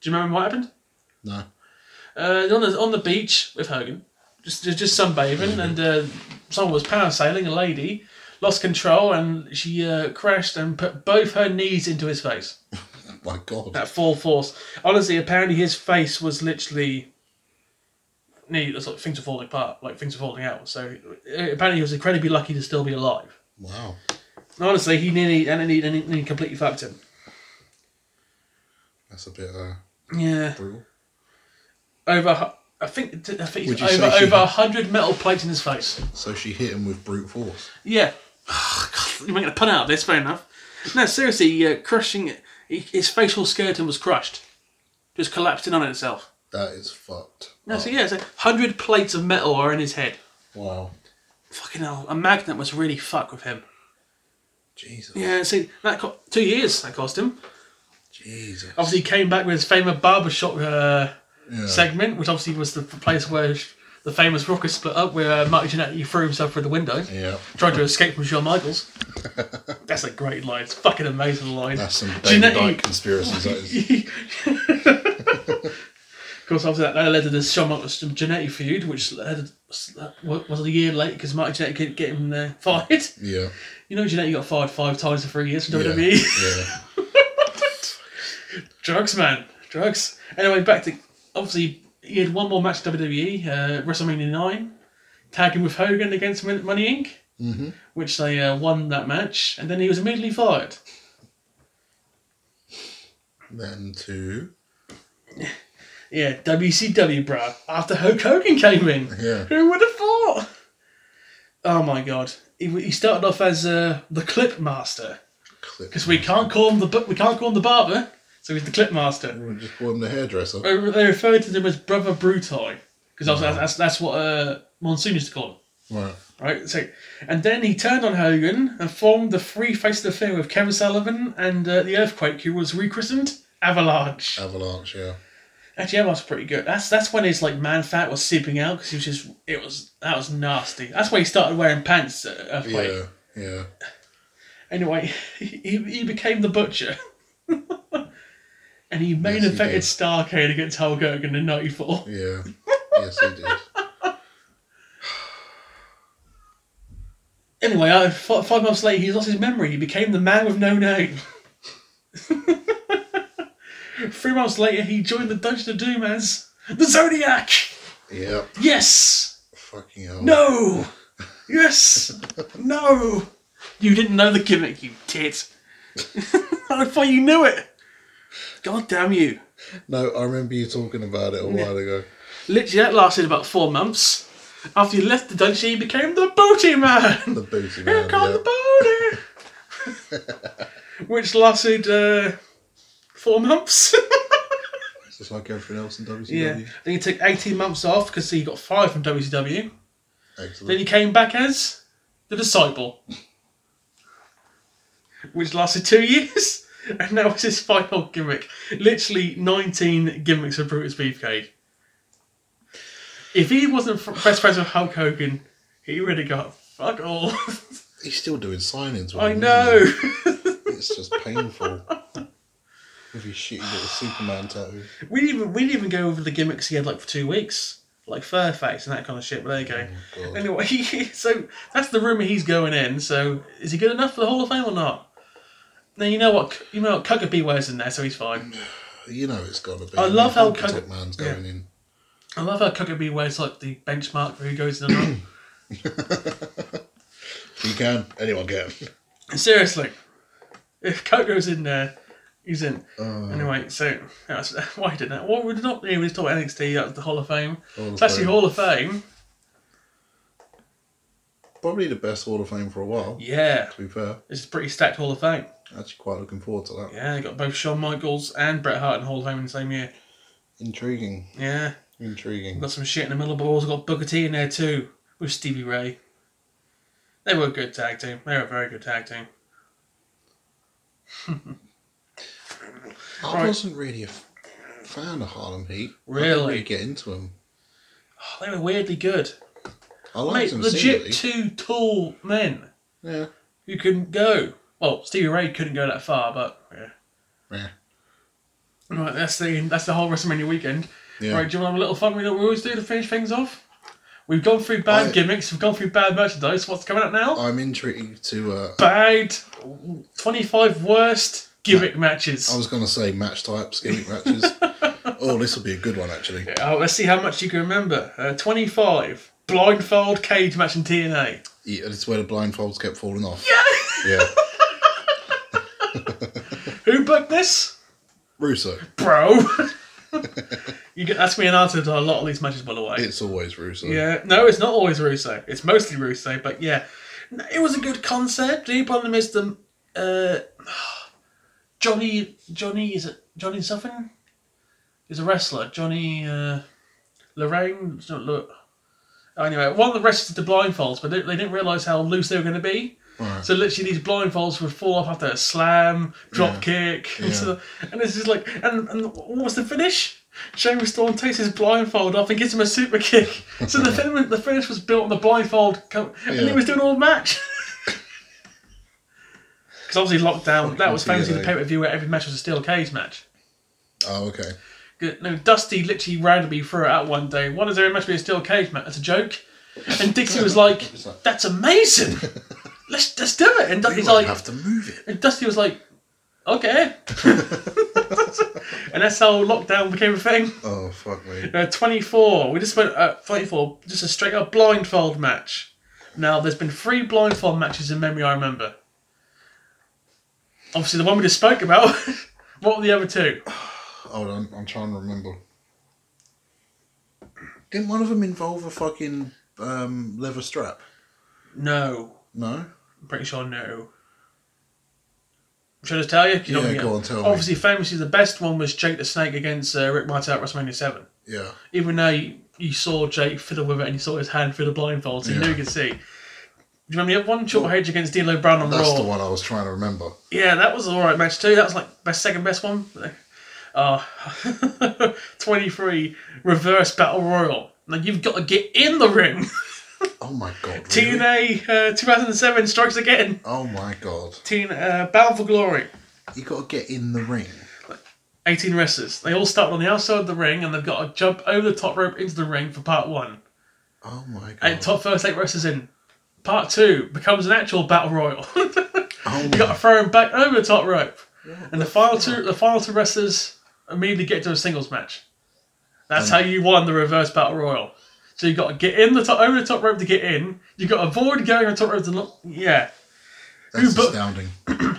Speaker 6: Do you remember what happened?
Speaker 5: No.
Speaker 6: Uh, on the on the beach with Hogan, just just, just sunbathing, and uh, someone was parasailing. A lady lost control and she uh, crashed and put both her knees into his face
Speaker 5: My god.
Speaker 6: at full force. Honestly, apparently his face was literally. Nee, that's like things were falling apart, like things were falling out. So uh, apparently he was incredibly lucky to still be alive.
Speaker 5: Wow.
Speaker 6: And honestly, he nearly and he, and he, and he completely fucked him.
Speaker 5: That's a bit uh,
Speaker 6: Yeah,
Speaker 5: brutal.
Speaker 6: over. hu- I think I think
Speaker 5: Would
Speaker 6: it's
Speaker 5: you say
Speaker 6: over
Speaker 5: she
Speaker 6: over
Speaker 5: had-
Speaker 6: a hundred metal plates in his face.
Speaker 5: So she hit him with brute force.
Speaker 6: Yeah. Oh, God, you're making a pun out of this, fair enough. No, seriously, uh, crushing he- his facial skeleton was crushed, just collapsed in on itself.
Speaker 5: That is fucked.
Speaker 6: No, so yeah, so hundred plates of metal are in his head.
Speaker 5: Oh, Wow.
Speaker 6: Fucking hell, a magnet was really fuck with him.
Speaker 5: Jesus.
Speaker 6: Yeah, see, that co- two years that cost him.
Speaker 5: Jesus.
Speaker 6: Obviously, he came back with his famous barbershop uh,
Speaker 5: Yeah.
Speaker 6: segment, which obviously was the place where sh- the famous Rockers split up, where uh, Marty Jannetty threw himself through the window,
Speaker 5: Yeah.
Speaker 6: trying to escape from Shawn Michaels. That's a great line. It's a fucking amazing line.
Speaker 5: That's some Dane Dyke
Speaker 6: Jannetty.
Speaker 5: conspiracies. That is.
Speaker 6: Of course, after that, that led to this Shawn Michaels and Jannetty feud, which led, was was a year late because Marty Jannetty couldn't get him uh, fired.
Speaker 5: Yeah.
Speaker 6: You know, Jannetty got fired five times in three years from
Speaker 5: Yeah.
Speaker 6: WWE.
Speaker 5: yeah.
Speaker 6: Drugs, man. Drugs. Anyway, back to obviously he had one more match in WWE, uh, WrestleMania nine, tagging with Hogan against Mon- Money Inc. Mm-hmm. Which they uh, won that match, and then he was immediately fired.
Speaker 5: Then two.
Speaker 6: Yeah, WCW, bruh. After Hulk Hogan came in,
Speaker 5: Yeah.
Speaker 6: who would have thought? Oh my god, he, he started off as uh, the Clip Master
Speaker 5: Clip.
Speaker 6: because we can't call him the bu- we can't call him the Barber, so he's the Clip Master.
Speaker 5: We just call him the hairdresser.
Speaker 6: They they referred to him as Brother Brutai because that's, that's that's what uh, Monsoon used to call him,
Speaker 5: Right.
Speaker 6: right? So, and then he turned on Hogan and formed the Free Face of the Fair with Kevin Sullivan and uh, the Earthquake, who was rechristened Avalanche.
Speaker 5: Oh. Avalanche. Yeah.
Speaker 6: Actually, Avalanche's pretty good. That's that's when his like man fat was seeping out because he was just it was that was nasty. That's why he started wearing pants. Uh, Earthquake.
Speaker 5: Yeah. Yeah.
Speaker 6: Anyway, he, he became the butcher. And he main
Speaker 5: Yes, he
Speaker 6: event
Speaker 5: did.
Speaker 6: Starcade against Hulk Hogan in '94.
Speaker 5: Yeah. yes, he did.
Speaker 6: Anyway, I, f- five months later, he lost his memory. He became the man with no name. Three months later, he joined the Dungeon of Doom as the Zodiac.
Speaker 5: Yeah.
Speaker 6: Yes.
Speaker 5: Fucking hell.
Speaker 6: No. Yes! no! You didn't know the gimmick, you tit. I thought you knew it. God damn you.
Speaker 5: No, I remember you talking about it a while ago.
Speaker 6: Literally, that lasted about four months. After you left the dungeon, you became the booty man.
Speaker 5: The booty
Speaker 6: Here
Speaker 5: man.
Speaker 6: comes
Speaker 5: yeah.
Speaker 6: the booty! Which lasted uh, four months.
Speaker 5: It's just like everything else in WCW.
Speaker 6: yeah. Then you took 18 months off because you got fired from WCW. Then
Speaker 5: Excellent.
Speaker 6: he came back as the disciple, which lasted two years, and that was his final gimmick. Literally 19 gimmicks for Brutus Beefcake. If he wasn't fr- best friends with Hulk Hogan, he would have got fuck all.
Speaker 5: He's still doing signings. with
Speaker 6: I
Speaker 5: him,
Speaker 6: know.
Speaker 5: isn't he? It's just painful. With his shitty little Superman tattoo.
Speaker 6: we didn't even we didn't even go over the gimmicks he had like for two weeks, like Fairfax and that kind of shit. But there you go.
Speaker 5: Oh, God.
Speaker 6: anyway, so that's the rumor he's going in. So is he good enough for the Hall of Fame or not? Now you know what you know what Cucker Beware's in there, so he's fine.
Speaker 5: You know it's gotta be.
Speaker 6: I love how
Speaker 5: Architect
Speaker 6: Kug-
Speaker 5: man's
Speaker 6: yeah.
Speaker 5: going in.
Speaker 6: I love how Cucker Beware's like the benchmark for who goes in or not.
Speaker 5: You can. Anyone can.
Speaker 6: Seriously, if Coke goes in there, he's in.
Speaker 5: Oh.
Speaker 6: anyway, so that's why I did that. What we did not do was talk about NXT. That was the Hall of Fame.
Speaker 5: Hall of
Speaker 6: it's actually
Speaker 5: Fame.
Speaker 6: Hall of Fame.
Speaker 5: Probably the best Hall of Fame for a while,
Speaker 6: Yeah,
Speaker 5: to be fair.
Speaker 6: it's a pretty stacked Hall of Fame.
Speaker 5: Actually quite looking forward to that.
Speaker 6: Yeah, they got both Shawn Michaels and Bret Hart in Hall of Fame in the same year.
Speaker 5: Intriguing.
Speaker 6: Yeah.
Speaker 5: Intriguing.
Speaker 6: Got some shit in the middle, but also got Booker T in there too with Stevie Ray. They were a good tag team. They were a very good tag team.
Speaker 5: I
Speaker 6: Right.
Speaker 5: wasn't really a f- fan of Harlem Heat. I didn't
Speaker 6: Really?
Speaker 5: really get into him.
Speaker 6: They were weirdly good.
Speaker 5: I liked
Speaker 6: Mate,
Speaker 5: him
Speaker 6: legit
Speaker 5: singly.
Speaker 6: two tall men
Speaker 5: Yeah.
Speaker 6: who couldn't go. Well, Stevie Ray couldn't go that far, but yeah.
Speaker 5: Yeah.
Speaker 6: Right, that's the that's the whole WrestleMania weekend.
Speaker 5: Yeah.
Speaker 6: Right, do you want to have a little fun? We know what we always do to finish things off. We've gone through bad
Speaker 5: I-
Speaker 6: gimmicks. We've gone through bad merchandise. What's coming up now?
Speaker 5: I'm intrigued to. Uh,
Speaker 6: bad twenty-five worst gimmick matches.
Speaker 5: I was going to say match types, gimmick matches. oh, this will be a good one actually.
Speaker 6: Oh, let's see how much you can remember. Uh, 25. Blindfold cage match in TNA.
Speaker 5: Yeah, it's where the blindfolds kept falling off. Yeah.
Speaker 6: Who booked this?
Speaker 5: Russo.
Speaker 6: Bro. you get, that's me an answer to a lot of these matches, by the way.
Speaker 5: It's always Russo.
Speaker 6: yeah. No, it's not always Russo. It's mostly Russo, but yeah. No, It was a good concept. The only problem is the. Uh, Johnny. Johnny, is it Johnny something? He's a wrestler. Johnny. Uh, Lorraine. it's Not, look. Anyway, one of the wrestlers did the blindfolds, but they, they didn't realise how loose they were going to be.
Speaker 5: Right.
Speaker 6: So literally, these blindfolds would fall off after a slam, drop
Speaker 5: Yeah.
Speaker 6: kick, and,
Speaker 5: Yeah.
Speaker 6: so, and this is like, and, and what was the finish? Shane Storm takes his blindfold off and gives him a super kick. So the fin- the finish was built on the blindfold, co- and
Speaker 5: Yeah.
Speaker 6: he was doing all match. Because obviously lockdown, that was
Speaker 5: Fucking
Speaker 6: famously the
Speaker 5: TNA.
Speaker 6: pay per view where every match was a steel cage match.
Speaker 5: Oh, okay.
Speaker 6: Good- No, Dusty literally randomly threw it out one day. Why does every match be a steel cage match? That's a joke. And Dixie was like, "That's amazing. Let's let's do it." And Dusty's
Speaker 5: You might
Speaker 6: like,
Speaker 5: have to move it.
Speaker 6: and Dusty was like, okay. and that's how lockdown became a thing.
Speaker 5: Oh fuck me.
Speaker 6: Uh, 24. We just went uh, 24, just a straight up blindfold match. Now, there's been three blindfold matches in memory I remember. Obviously, the one we just spoke about. what were the other two?
Speaker 5: Hold on, I'm trying to remember. Didn't one of them involve a fucking um, leather strap?
Speaker 6: No.
Speaker 5: No.
Speaker 6: I'm pretty sure no. Should I just tell you? You don't
Speaker 5: Yeah,
Speaker 6: wanna get-
Speaker 5: go on, tell me.
Speaker 6: Obviously, famously, the best one was Jake the Snake against uh, Rick Martel at WrestleMania 7.
Speaker 5: Yeah.
Speaker 6: even though you, you saw Jake fiddle with it and you saw his hand through the blindfold, so you
Speaker 5: Yeah.
Speaker 6: knew you could see. Do you remember you had one Triple H against D'Lo Brown on
Speaker 5: That's
Speaker 6: Raw?
Speaker 5: the one I was trying to remember.
Speaker 6: Yeah, that was an alright match too. That was like best second best one. Uh, 23 reverse battle royal. Now you've got to get in the ring.
Speaker 5: Oh my god. Really?
Speaker 6: TNA uh, 2007 strikes again.
Speaker 5: Oh my god.
Speaker 6: Teen uh, Battle for Glory.
Speaker 5: You gotta get in the ring.
Speaker 6: 18 wrestlers. They all start on the outside of the ring and they've got to jump over the top rope into the ring for part one.
Speaker 5: Oh my god.
Speaker 6: and top first eight wrestlers in. Part two becomes an actual battle royal.
Speaker 5: oh my
Speaker 6: you got to throw him back over the top rope, and the final two, the final two wrestlers immediately get to a singles match. That's how you won the reverse battle royal. So you got to get in the top over the top rope to get in. You got to avoid going on top rope to not. Yeah.
Speaker 5: That's
Speaker 6: Who bu-
Speaker 5: astounding.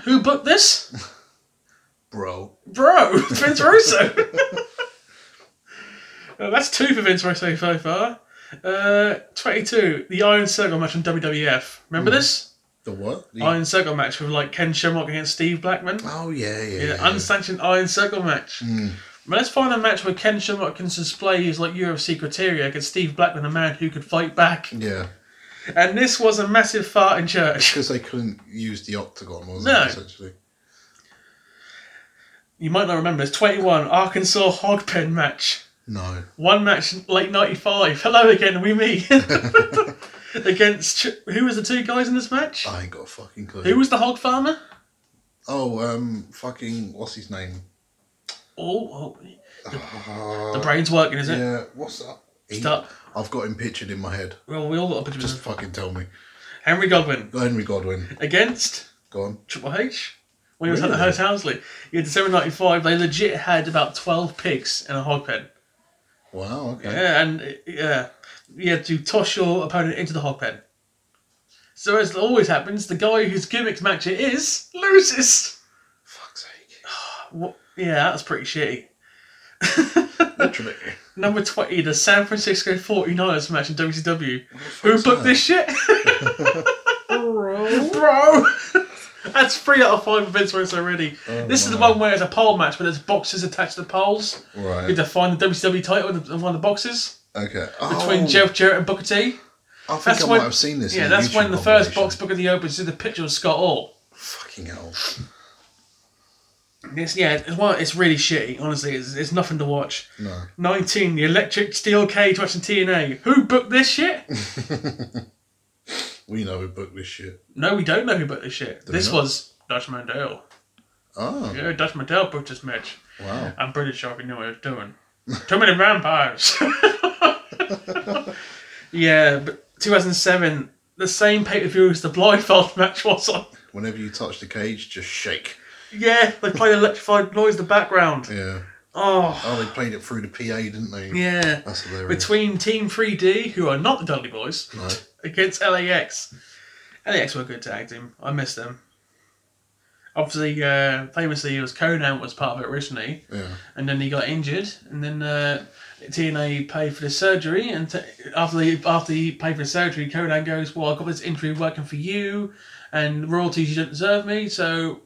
Speaker 6: Who booked this,
Speaker 5: Bro,
Speaker 6: bro? Vince Russo. Uh, that's two for Vince Russo so far. Uh, Twenty-two. The Iron Circle match on WWF. Remember this
Speaker 5: the what? The-
Speaker 6: Iron Circle match with like Ken Shamrock against Steve Blackman?
Speaker 5: oh, yeah, yeah. yeah,
Speaker 6: Yeah,
Speaker 5: yeah.
Speaker 6: unsanctioned Iron Circle match. But let's find a match where Ken Shamrock can display his like UFC criteria against Steve Blackman, a man who could fight back.
Speaker 5: yeah,
Speaker 6: And this was a massive fart in church.
Speaker 5: because they couldn't use the octagon, wasn't
Speaker 6: No.
Speaker 5: it, essentially?
Speaker 6: You might not remember. It's 21 Arkansas Hogpen match.
Speaker 5: No.
Speaker 6: One match late 95. Hello again, we meet. against Ch- who was the two guys in this match?
Speaker 5: I ain't got a fucking clue.
Speaker 6: Who was the hog farmer?
Speaker 5: oh, um, fucking, what's his name?
Speaker 6: Oh, oh,
Speaker 5: Uh,
Speaker 6: the brain's working, is it?
Speaker 5: yeah, what's that? He-
Speaker 6: Stop.
Speaker 5: I've got him pictured in my head.
Speaker 6: Well, we all got a picture
Speaker 5: Just
Speaker 6: of
Speaker 5: fucking tell me.
Speaker 6: Henry Godwin
Speaker 5: Henry Godwin.
Speaker 6: against
Speaker 5: Go on.
Speaker 6: Triple H when he was at the
Speaker 5: Really?
Speaker 6: Hurt Housley. Yeah, December '95, they legit had about twelve pigs in a hog pen.
Speaker 5: Wow, okay.
Speaker 6: Yeah, and uh, yeah, you had to toss your opponent into the hog pen. So as always happens, the guy whose gimmick match it is loses.
Speaker 5: Fuck's sake.
Speaker 6: What? Yeah, that's pretty shitty.
Speaker 5: Literally.
Speaker 6: Number 20, the San Francisco 49ers match in WCW. E. Who
Speaker 5: fuck's that?
Speaker 6: booked this shit? Bro! That's three out of five events where it's already.
Speaker 5: Oh
Speaker 6: this is the one where it's a pole match, but there's boxes attached to the poles. You
Speaker 5: Right.
Speaker 6: define the WCW title in the- in one of the boxes
Speaker 5: Okay.
Speaker 6: between
Speaker 5: oh,
Speaker 6: Jeff Jarrett and Booker T.
Speaker 5: I think
Speaker 6: That's
Speaker 5: I
Speaker 6: when,
Speaker 5: might have seen this.
Speaker 6: Yeah,
Speaker 5: in a
Speaker 6: that's
Speaker 5: YouTube
Speaker 6: when the first box
Speaker 5: compilation.
Speaker 6: Booker T opens to the picture of Scott Hall.
Speaker 5: Fucking hell.
Speaker 6: And It's, yeah, it's, well, it's really shitty, honestly. It's, it's nothing to watch.
Speaker 5: No.
Speaker 6: 19, the electric steel cage watching TNA. Who booked this shit?
Speaker 5: We know who booked this shit.
Speaker 6: No, we don't know who booked this shit.
Speaker 5: we
Speaker 6: this
Speaker 5: not?
Speaker 6: was Dutch Mandel.
Speaker 5: Oh,
Speaker 6: Yeah, Dutch Mandel booked this match.
Speaker 5: wow.
Speaker 6: I'm pretty sure he knew what he was doing. Too many vampires. yeah, but 2007, the same pay per view as the blindfold match was on.
Speaker 5: Whenever you touch the cage, just shake.
Speaker 6: Yeah, they played electrified noise in the background.
Speaker 5: Yeah.
Speaker 6: Oh,
Speaker 5: Oh, they played it through the PA, didn't they?
Speaker 6: yeah.
Speaker 5: That's hilarious.
Speaker 6: Between Team 3D, who are not the Dudley Boys,
Speaker 5: Right.
Speaker 6: against LAX. LAX were a good tag team. I miss them. Obviously, uh, famously, it was Conan was part of it originally,
Speaker 5: Yeah.
Speaker 6: and then he got injured, and then uh, TNA paid for the surgery, and t- after the after he paid for the surgery, Conan goes, "Well, I got this injury working for you, and royalties you don't deserve me, so."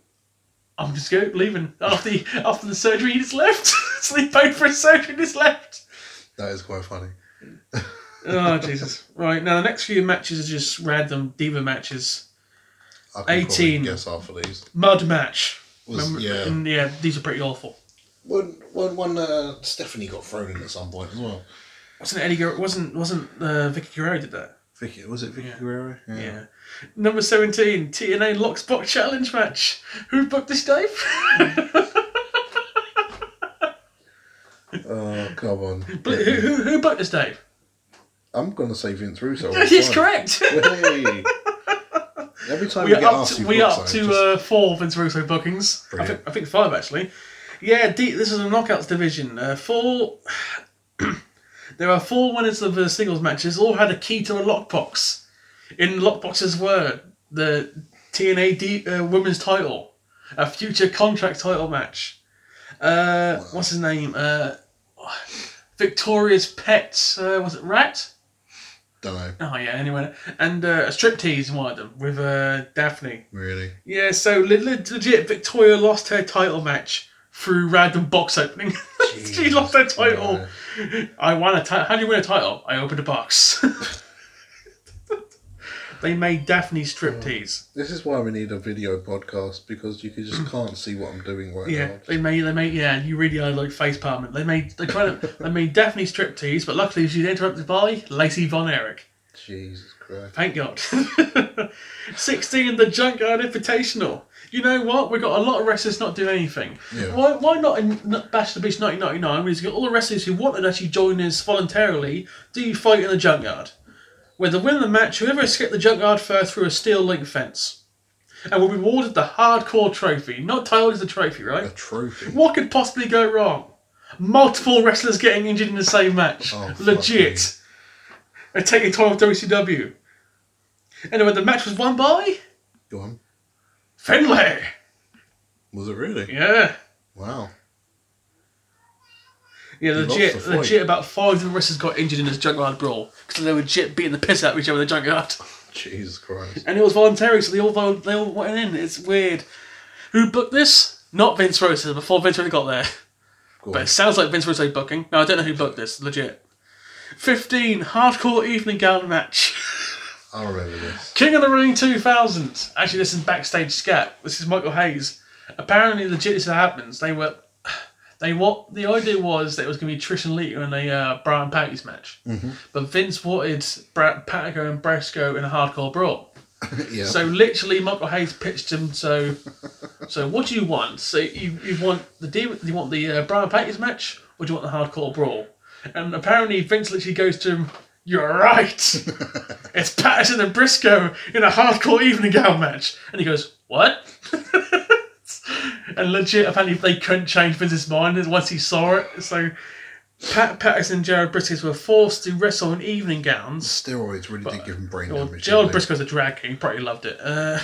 Speaker 6: I'm just go leaving after the, after the surgery. He just left. so he paid for his surgery and just left.
Speaker 5: That is quite funny.
Speaker 6: Oh Jesus! Right now, the next few matches are just random diva matches.
Speaker 5: I can
Speaker 6: 18.
Speaker 5: probably guess half of these.
Speaker 6: Mud match.
Speaker 5: Was- yeah.
Speaker 6: and yeah, these are pretty awful.
Speaker 5: When, when, when uh, Stephanie got thrown in at some point as well.
Speaker 6: Wasn't Eddie? Guerrero, wasn't wasn't uh, Vicky Guerrero did that?
Speaker 5: Vicky, was it Vicky Guerrero?
Speaker 6: Yeah. Number seventeen TNA Lock Spot Challenge match. Who booked this, Dave?
Speaker 5: Oh, come on.
Speaker 6: who, who who booked this, Dave?
Speaker 5: I'm going to say Vince Russo.
Speaker 6: He's
Speaker 5: Sorry.
Speaker 6: correct.
Speaker 5: Hey. Every time
Speaker 6: We
Speaker 5: we,
Speaker 6: are
Speaker 5: get
Speaker 6: up
Speaker 5: asked,
Speaker 6: to,
Speaker 5: who
Speaker 6: we
Speaker 5: books
Speaker 6: are up
Speaker 5: it,
Speaker 6: to
Speaker 5: just-
Speaker 6: uh, four Vince Russo bookings. I
Speaker 5: Brilliant.
Speaker 6: think, I think five actually. Yeah, D, this is a knockouts division. Uh, four. there are four winners of the singles matches. All had a key to a lockbox. In lockboxes were the TNA D, uh, Women's Title, a future contract title match. Uh, What's his name? Uh, Victoria's pet. Uh, was it Rat?
Speaker 5: Don't know,
Speaker 6: Oh yeah. Anyway, and uh, a striptease in one of them with uh, Daphne.
Speaker 5: really.
Speaker 6: Yeah, so le- le- legit, Victoria lost her title match through random box opening. she
Speaker 5: Jesus
Speaker 6: lost her title. I won a title. How do you win a title? I opened a box. they made Daphne striptease.
Speaker 5: This is why we need a video podcast because you can- just can't see what I'm doing right
Speaker 6: Yeah,
Speaker 5: now.
Speaker 6: they made they made yeah. You really are like face palming. They made they tried to they made Daphne striptease, but luckily she's interrupted by Lacey Von Erich.
Speaker 5: Jesus Christ.
Speaker 6: Thank God. 16, the Junkyard Invitational. You know what? We've got a lot of wrestlers not doing anything.
Speaker 5: Yeah.
Speaker 6: Why, why not in not Bash the Beast 1999? We've got all the wrestlers who wanted to actually join us voluntarily. Do you fight in the Junkyard? Where the winner of the match, whoever escaped the Junkyard first through a steel link fence. And will be awarded the hardcore trophy. Not titled as a trophy,
Speaker 5: A
Speaker 6: right?
Speaker 5: trophy.
Speaker 6: What could possibly go wrong? Multiple wrestlers getting injured in the same match.
Speaker 5: Oh, fuck
Speaker 6: Legit.
Speaker 5: me.
Speaker 6: They're taking time off WCW. Anyway, the match was won by
Speaker 5: Go on.
Speaker 6: Finlay.
Speaker 5: Was it really?
Speaker 6: Yeah.
Speaker 5: Wow.
Speaker 6: Yeah,
Speaker 5: He
Speaker 6: legit,
Speaker 5: lost the fight.
Speaker 6: legit about five of the wrestlers got injured in this junkyard brawl because they were legit beating the piss out of each other in the junkyard.
Speaker 5: Jesus Christ.
Speaker 6: And it was voluntary, so they all, vol- they all went in. It's weird. Who booked this? Not Vince Russo, before Vince Russo got there.
Speaker 5: Go
Speaker 6: But
Speaker 5: on.
Speaker 6: it sounds like Vince Russo booking. No, I don't know who booked this, legit. 15, Hardcore Evening Gown Match.
Speaker 5: I remember this.
Speaker 6: King of the Ring 2000. Actually, this is backstage scat. This is Michael Hayes. Apparently, legit, this happens. They were. They what the idea was that it was going to be Trish and Lita in a uh, Bra and Panties match, but Vince wanted Bra- Patago and Bresco in a hardcore brawl.
Speaker 5: Yeah.
Speaker 6: So literally, Michael Hayes pitched him. So, so what do you want? So you, you want the deal? You want the uh, Brian Patties match, or do you want the hardcore brawl? And apparently, Vince literally goes to him. You're right. it's Patterson and Briscoe in a hardcore evening gown match, and he goes, "What?" and legit, apparently they couldn't change Vince's mind once he saw it. So Pat Patterson and Jared Briscoe were forced to wrestle in evening gowns.
Speaker 5: Steroids really did give him brain
Speaker 6: Well,
Speaker 5: damage.
Speaker 6: Gerald
Speaker 5: didn't they?
Speaker 6: Briscoe's a drag king. He probably loved it. Uh,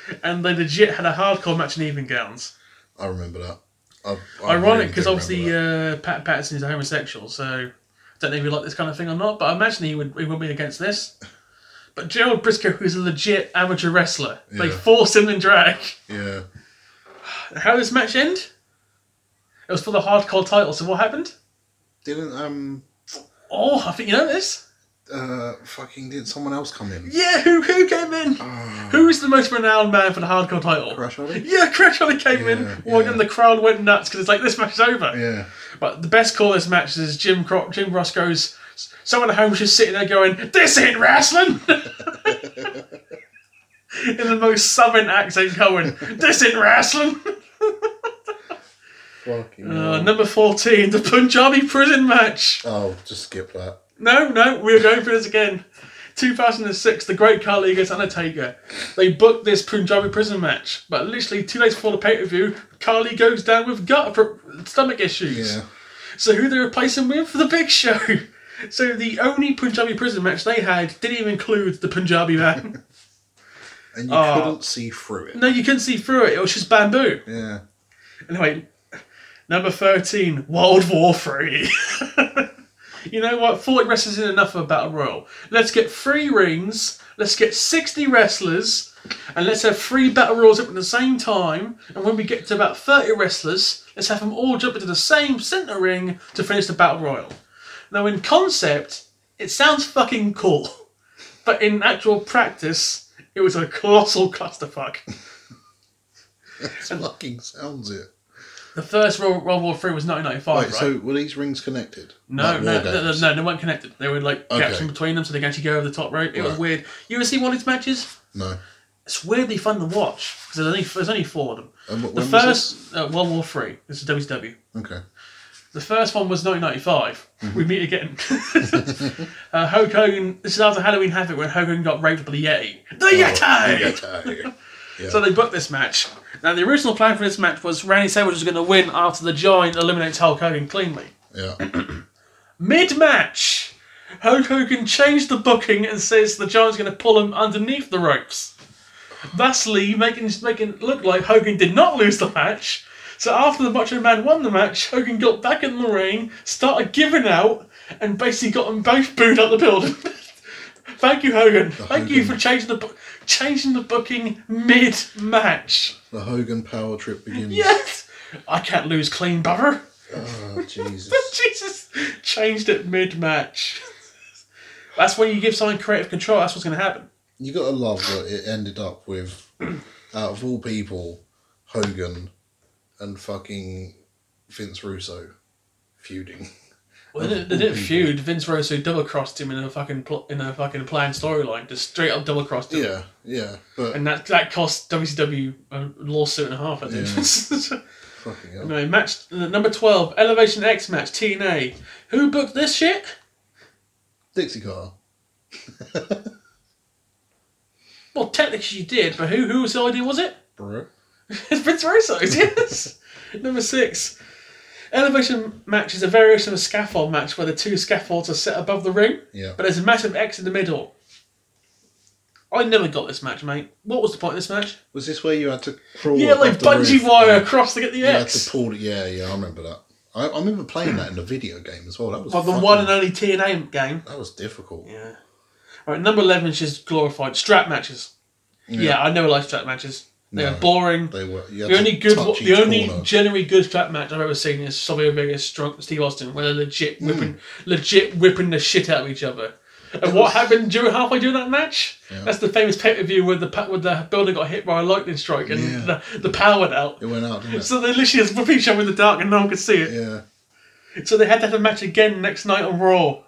Speaker 6: and they legit had a hardcore match in even gowns.
Speaker 5: I remember that. I, I
Speaker 6: Ironic,
Speaker 5: really do
Speaker 6: because obviously
Speaker 5: remember
Speaker 6: uh, Pat Patterson's a homosexual, so don't know if he like this kind of thing or not. But I imagine he would he would be against this. But Gerald Briscoe, who's a legit amateur wrestler, they
Speaker 5: Yeah.
Speaker 6: forced him in drag.
Speaker 5: that. yeah.
Speaker 6: How did this match end? It was for the hardcore title. So what happened?
Speaker 5: Didn't um
Speaker 6: Oh, I think you know this.
Speaker 5: uh fucking did someone else come in?
Speaker 6: Yeah, who who came in? who is the most renowned man for the hardcore title?
Speaker 5: Ah. Crash Holly?
Speaker 6: Yeah, Crash Holly came in,
Speaker 5: Yeah,
Speaker 6: walked
Speaker 5: yeah.
Speaker 6: in, the crowd went nuts because it's like this match is over.
Speaker 5: Yeah.
Speaker 6: But the best call of this match is Jim Cro- Jim Roscoe's. Someone at home was just sitting there going, "This ain't wrestling." in the most southern accent, going, "This ain't wrestling."
Speaker 5: Fucking
Speaker 6: Uh, number fourteen, the Punjabi prison match.
Speaker 5: Oh, just skip that.
Speaker 6: No, no, we're going for this again. 2006, the Great Khali against Undertaker. They booked this Punjabi prison match, but literally two days before the pay per view, Khali goes down with gut pro- stomach issues.
Speaker 5: Yeah.
Speaker 6: So who they replace him with? The Big Show. So the only Punjabi prison match they had didn't even include the Punjabi man.
Speaker 5: And you
Speaker 6: Ah.
Speaker 5: couldn't see through it.
Speaker 6: no, you couldn't see through it. It was just bamboo.
Speaker 5: Yeah.
Speaker 6: Anyway, number 13, World War 3. you know what? 40 wrestlers is enough of a battle royal. Let's get three rings, let's get 60 wrestlers, and let's have three battle royals up at the same time. And when we get to about 30 wrestlers, let's have them all jump into the same centre ring to finish the battle royal. Now, in concept, it sounds fucking cool, but in actual practice, it was a colossal clusterfuck.
Speaker 5: It fucking sounds it.
Speaker 6: The first World World War Three was 1995,
Speaker 5: Wait,
Speaker 6: Oh, right?
Speaker 5: so were these rings connected?
Speaker 6: No,
Speaker 5: Like war
Speaker 6: no, no, no,
Speaker 5: games?
Speaker 6: no, they weren't connected. They were like gaps
Speaker 5: Okay.
Speaker 6: in between them, so they could actually go over the top rope. It was
Speaker 5: Right.
Speaker 6: weird. You ever see one of these matches?
Speaker 5: No.
Speaker 6: It's weirdly fun to watch because there's only there's only four of them.
Speaker 5: And what,
Speaker 6: the
Speaker 5: Uh, when was
Speaker 6: first uh, World War Three. This is WCW.
Speaker 5: Okay.
Speaker 6: The first one was 1995.
Speaker 5: Mm-hmm.
Speaker 6: We meet again. uh, Hulk Hogan. This is after Halloween Havoc when Hogan got raped by the Yeti. The Yeti.
Speaker 5: Oh, Yeti!
Speaker 6: So they booked this match. Now the original plan for this match was Randy Savage was going to win after the Giant eliminates Hulk Hogan cleanly.
Speaker 5: Yeah.
Speaker 6: Mid match, Hulk Hogan changed the booking and says the Giant's going to pull him underneath the ropes. Thusly, making making it look like Hogan did not lose the match. So after the Macho Man won the match, Hogan got back in the ring, started giving out, and basically got them both booed out the building. Thank you, Hogan. Thank you for
Speaker 5: Hogan.
Speaker 6: changing the bu- changing the booking mid match.
Speaker 5: The Hogan power trip begins.
Speaker 6: Yes, I can't lose clean, brother.
Speaker 5: Oh, Jesus.
Speaker 6: Jesus changed it mid match. That's when you give someone creative control. That's what's going to happen.
Speaker 5: you gotta love that it ended up with, out of all people, Hogan and fucking Vince Russo feuding.
Speaker 6: Well, they, didn't- they didn't feud. Vince Russo double crossed him in a fucking pl- in a fucking planned storyline. Just straight up double crossed him.
Speaker 5: Yeah, yeah, but
Speaker 6: And that that cost WCW a lawsuit and a half. I think.
Speaker 5: fucking hell.
Speaker 6: no match number twelve, Elevation X match TNA. Who booked this shit?
Speaker 5: Dixie Carter.
Speaker 6: Well, technically you did, but who who was the idea? Was it?
Speaker 5: Bro.
Speaker 6: It's Vince Russo's, yes. Number six, Elevation match is a variation of a scaffold match where the two scaffolds are set above the ring,
Speaker 5: Yeah.
Speaker 6: but there's a massive X in the middle. I never got this match, mate. What was the point of this match?
Speaker 5: Was this where you had to crawl?
Speaker 6: yeah,
Speaker 5: above
Speaker 6: like
Speaker 5: the
Speaker 6: bungee
Speaker 5: roof
Speaker 6: wire
Speaker 5: and
Speaker 6: across to get the
Speaker 5: You had to
Speaker 6: X.
Speaker 5: pull. Yeah, yeah, I remember that. I, I remember playing that in a video game as well. That was
Speaker 6: Of Oh, the
Speaker 5: fucking-
Speaker 6: one and only TNA game.
Speaker 5: That was difficult.
Speaker 6: Yeah. Alright, number 11 is just glorified strap matches. Yeah, I never liked strap matches. They
Speaker 5: No.
Speaker 6: were boring.
Speaker 5: They were. You had
Speaker 6: The
Speaker 5: to
Speaker 6: only good,
Speaker 5: touch
Speaker 6: the
Speaker 5: each
Speaker 6: only
Speaker 5: corner.
Speaker 6: generally good strap match I've ever seen is Savio Vega strong Steve Austin, where they're legit
Speaker 5: Hmm.
Speaker 6: whipping, legit whipping the shit out of each other. And what happened during halfway during that match? That's the famous pay per view where the pa- where the builder got hit by a lightning strike and
Speaker 5: Yeah.
Speaker 6: the, the power went out.
Speaker 5: It went out, didn't it?
Speaker 6: So they literally just whip each other in the dark and no one could see it.
Speaker 5: yeah.
Speaker 6: So they had to have a match again next night on Raw.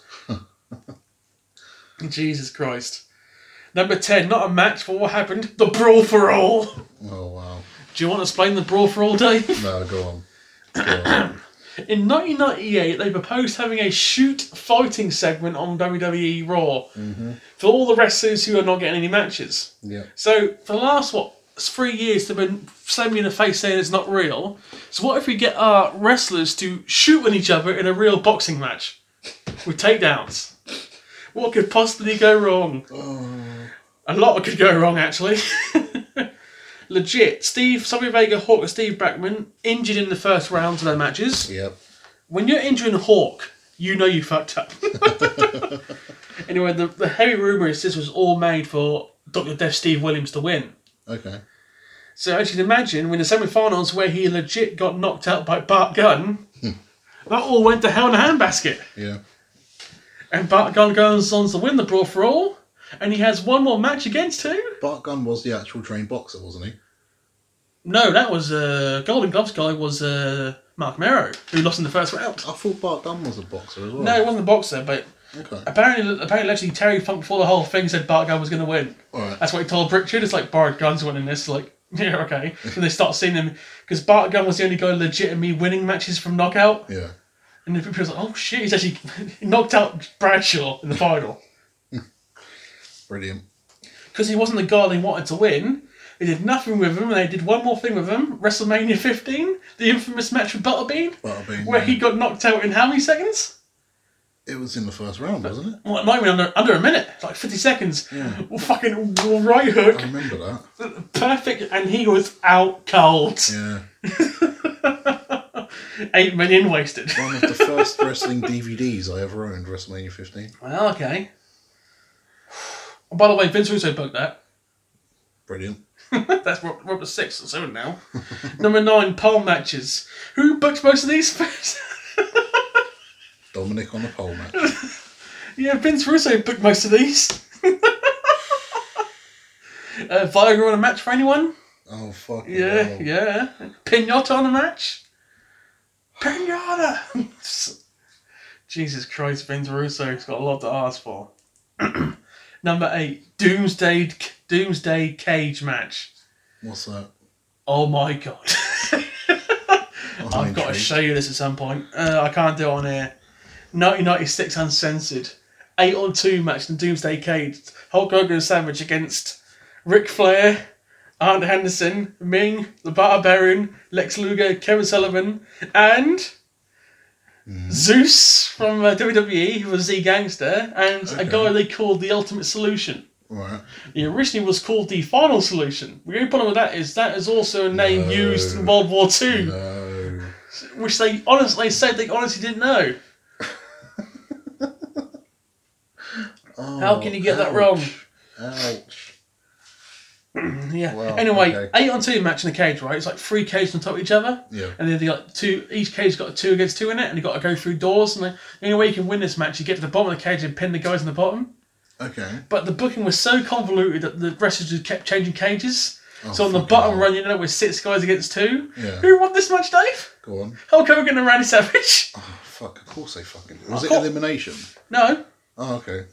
Speaker 6: Jesus Christ. Number ten, not a match, but what happened? The brawl for all.
Speaker 5: Oh wow.
Speaker 6: Do you want to explain the brawl for all, Dave?
Speaker 5: No, go on. Go on.
Speaker 6: In 1998, they proposed having a shoot fighting segment on WWE Raw for all the wrestlers who are not getting any matches.
Speaker 5: yeah.
Speaker 6: So for the last what three years, they've been slamming me in the face saying it's not real. So what if we get our wrestlers to shoot on each other in a real boxing match with takedowns? What could possibly go wrong? A lot could go wrong, actually. Legit, Steve, Savio Vega, Hawk, and Steve Brackman injured in the first rounds of their matches
Speaker 5: Yep.
Speaker 6: when you're injuring Hawk, you know you fucked up. anyway, the, the heavy rumour is this was all made for Dr. Death Steve Williams to win.
Speaker 5: Okay.
Speaker 6: So as you can imagine, when the semi-finals where he legit got knocked out by Bart Gunn, that all went to hell in a handbasket.
Speaker 5: Yeah.
Speaker 6: And Bart Gunn goes on to win the Brawl for All, and he has one more match against who?
Speaker 5: Bart Gunn was the actual trained boxer, wasn't he?
Speaker 6: No, that was uh, Golden Gloves guy was uh, Mark Merrow, who lost in the first round.
Speaker 5: I thought Bart Gunn was a boxer as well.
Speaker 6: No, he wasn't the boxer, but
Speaker 5: Okay.
Speaker 6: Apparently, apparently, actually, Terry Funk before the whole thing said Bart Gunn was going to win.
Speaker 5: Alright.
Speaker 6: That's what he told Brick Jude. It's like Bart Gunn's winning this. Like, yeah, okay. And they start seeing him because Bart Gunn was the only guy legitimately winning matches from knockout.
Speaker 5: Yeah.
Speaker 6: And the people was like, oh shit, he's actually he knocked out Bradshaw in the final
Speaker 5: Brilliant.
Speaker 6: because he wasn't the guy they wanted to win. They did nothing with him, and they did one more thing with him: WrestleMania 15, the infamous match with Butterbean,
Speaker 5: Butterbean,
Speaker 6: where
Speaker 5: yeah.
Speaker 6: he got knocked out in how many seconds?
Speaker 5: It was in the first round, wasn't it?
Speaker 6: Well, not even under, under a minute, like 50 seconds. Fucking right hook.
Speaker 5: I remember that.
Speaker 6: perfect, and he was out cold.
Speaker 5: Yeah.
Speaker 6: Eight million wasted.
Speaker 5: One of the first wrestling DVDs I ever owned, WrestleMania 15.
Speaker 6: Well, okay. Oh, By the way, Vince Russo booked that.
Speaker 5: Brilliant.
Speaker 6: That's Rob- Robert six or seven now. Number nine, pole matches. Who booked most of these? first?
Speaker 5: Dominic on the pole match.
Speaker 6: yeah, Vince Russo booked most of these. uh, Viagra on a match for anyone?
Speaker 5: Oh, fuck.
Speaker 6: Yeah, yeah. Pinata on a match. Pinata. Jesus Christ, Vince Russo's got a lot to ask for. Number eight, Doomsday Doomsday Cage match.
Speaker 5: What's that?
Speaker 6: Oh my god,
Speaker 5: I'm
Speaker 6: I've got to
Speaker 5: intrigued.
Speaker 6: show you this at some point. Uh, I can't do it on here. 1996 uncensored, eight on two match in Doomsday Cage. Hulk Hogan and Savage against Ric Flair, Arn Henderson, Ming, the Barbarian, Lex Luger, Kevin Sullivan, and Zeus from uh, WWE, who was the gangster, and a guy they called the Ultimate Solution.
Speaker 5: Right.
Speaker 6: He originally was called the Final Solution. The only problem with that is that is also a name
Speaker 5: No.
Speaker 6: used in World War Two,
Speaker 5: No.
Speaker 6: which they honestly said they honestly didn't know.
Speaker 5: Oh,
Speaker 6: How can you get that
Speaker 5: ouch.
Speaker 6: wrong?
Speaker 5: Ouch.
Speaker 6: Yeah.
Speaker 5: Wow,
Speaker 6: anyway,
Speaker 5: okay.
Speaker 6: eight on two match in a cage, right? It's like three cages on top of each other.
Speaker 5: Yeah.
Speaker 6: And then they got two. Each cage got a two against two in it, and you got to go through doors. And the the only way you can win this match, you get to the bottom of the cage and pin the guys in the bottom.
Speaker 5: Okay.
Speaker 6: But the booking was so convoluted that the wrestlers just kept changing cages. so on the
Speaker 5: Oh, fucking
Speaker 6: bottom
Speaker 5: hell.
Speaker 6: run, you end up with six guys against two.
Speaker 5: Yeah.
Speaker 6: Who won this match, Dave?
Speaker 5: Go on.
Speaker 6: Hulk Hogan and Randy Savage.
Speaker 5: Oh, fuck. Of course they fucking. Was it
Speaker 6: course-
Speaker 5: elimination?
Speaker 6: No.
Speaker 5: Oh, okay.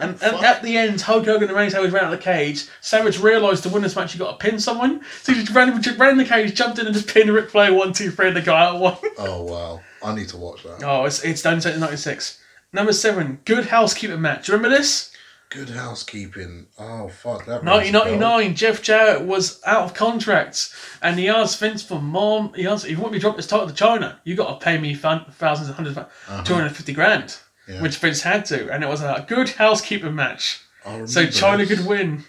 Speaker 6: And, and at the end, Hulk Hogan and Randy Savage ran out of the cage. Savage realised to win this match, you got to pin someone. So he just ran, just ran in the cage, jumped in, and just pinned Ric Flair one, two, three, and the guy out one.
Speaker 5: Oh, wow. I need to watch that.
Speaker 6: Oh, it's it's done since '96. Number seven, good housekeeper match. Remember this?
Speaker 5: Good housekeeping. Oh fuck that. rings a bell.
Speaker 6: 1999, Jeff Jarrett was out of contract, and he asked Vince for more. He asked, "If you want me to drop this title to China, you got to pay me fun, thousands, hundreds, of- 250 grand,"
Speaker 5: Uh-huh. Yeah.
Speaker 6: which Vince had to, and it was a good housekeeping match.
Speaker 5: I remember
Speaker 6: So China
Speaker 5: this.
Speaker 6: could win.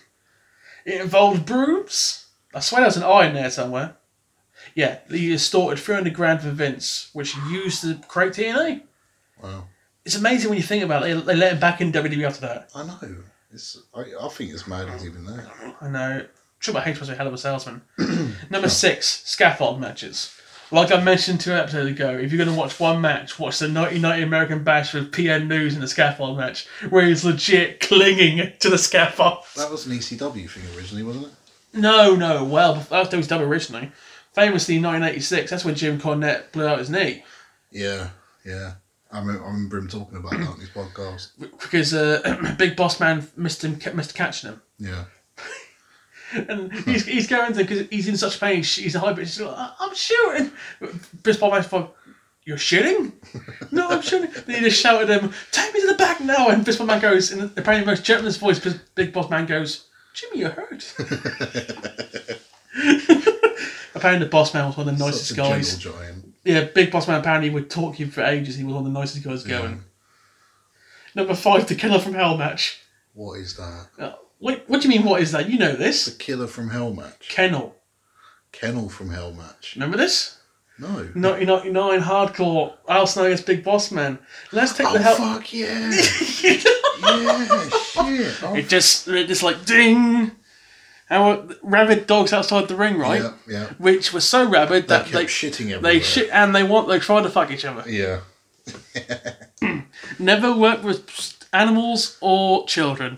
Speaker 6: It involved brooms. I swear there's an eye in there somewhere. Yeah, he extorted 300 grand for Vince, which he used to create TNA.
Speaker 5: Wow.
Speaker 6: It's amazing when you think about it. They, they let him back in WWE after that.
Speaker 5: I know. It's. I, I think it's mad it's even there.
Speaker 6: I know. Triple H was a hell of a salesman. Number six, scaffold matches. Like I mentioned two episodes ago, if you're going to watch one match, watch the 1990 American Bash with PN News in the scaffold match, where he's legit clinging to the scaffold.
Speaker 5: That was an ECW thing originally, wasn't it?
Speaker 6: No, no. Well, after was done originally, famously 1986. That's when Jim Cornette blew out his knee
Speaker 5: Yeah. Yeah. I remember, I remember him talking about that on his podcast.
Speaker 6: because uh, Big Boss Man missed him, missed catching him,
Speaker 5: Yeah.
Speaker 6: and he's,
Speaker 5: Hmm.
Speaker 6: he's going to because he's in such pain. sh- He's a high pitch. I'm shooting. Big Boss Man's like, "You're shooting? No, I'm shooting." then he just shouted at him, "Take me to the back now!" And Big Boss Man goes in apparently the most gentlest voice. Big- Big Boss Man goes, "Jimmy, you're hurt." apparently, the Boss Man was one of the nicest
Speaker 5: Such a
Speaker 6: guys.
Speaker 5: gentle giant.
Speaker 6: Yeah, Big Boss Man apparently would talk you for ages. He was one of the nicest guys going. Number five, the Killer from Hell match.
Speaker 5: What is that?
Speaker 6: Uh, what, what do you mean, what is that? You know
Speaker 5: The
Speaker 6: this.
Speaker 5: Killer from Hell match.
Speaker 6: Kennel.
Speaker 5: Kennel from Hell match.
Speaker 6: Remember this?
Speaker 5: No.
Speaker 6: 1999 Hardcore, Al Snow against Big Boss Man. Let's take
Speaker 5: Oh
Speaker 6: the hell.
Speaker 5: fuck yeah! yeah, shit. Oh,
Speaker 6: It just, it just like ding. And what, rabid dogs outside the ring, right?
Speaker 5: yeah, yeah.
Speaker 6: Which were so rabid that
Speaker 5: kept
Speaker 6: they
Speaker 5: shitting everywhere.
Speaker 6: They shit and they want they try to fuck each other.
Speaker 5: Yeah.
Speaker 6: Never work with animals or children.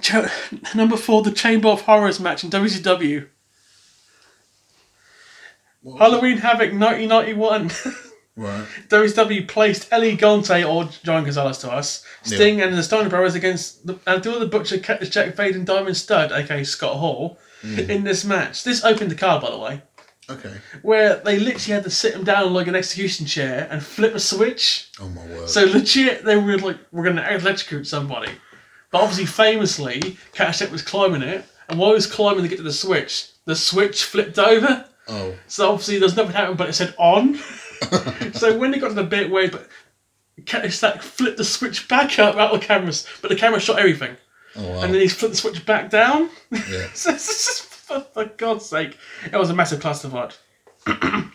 Speaker 6: Cho- Number four, the Chamber of Horrors match in WCW.
Speaker 5: What-
Speaker 6: Halloween Havoc 1991.
Speaker 5: Right.
Speaker 6: WCW placed Ellie Gante or John Gonzalez to us. Sting and the Steiner Brothers against the, Abdullah the Butcher, Cactus Jack Fade, and Diamond Stud, aka Scott Hall, in this match. This opened the card, by the way,
Speaker 5: Okay.
Speaker 6: where they literally had to sit him down like an execution chair and flip a switch.
Speaker 5: Oh my word.
Speaker 6: So legit, they were like, "We're going to electrocute somebody," but obviously, famously, Catasek was climbing it, and while he was climbing to get to the switch, the switch flipped over.
Speaker 5: oh.
Speaker 6: So obviously, there's nothing happened, but it said on. so when they got to the bit where but Catasek flipped the switch back up out of the cameras, but the camera shot everything,
Speaker 5: Oh wow.
Speaker 6: and then he flipped the switch back down.
Speaker 5: yeah.
Speaker 6: So it's just- for, for God's sake, it was a massive clusterfuck.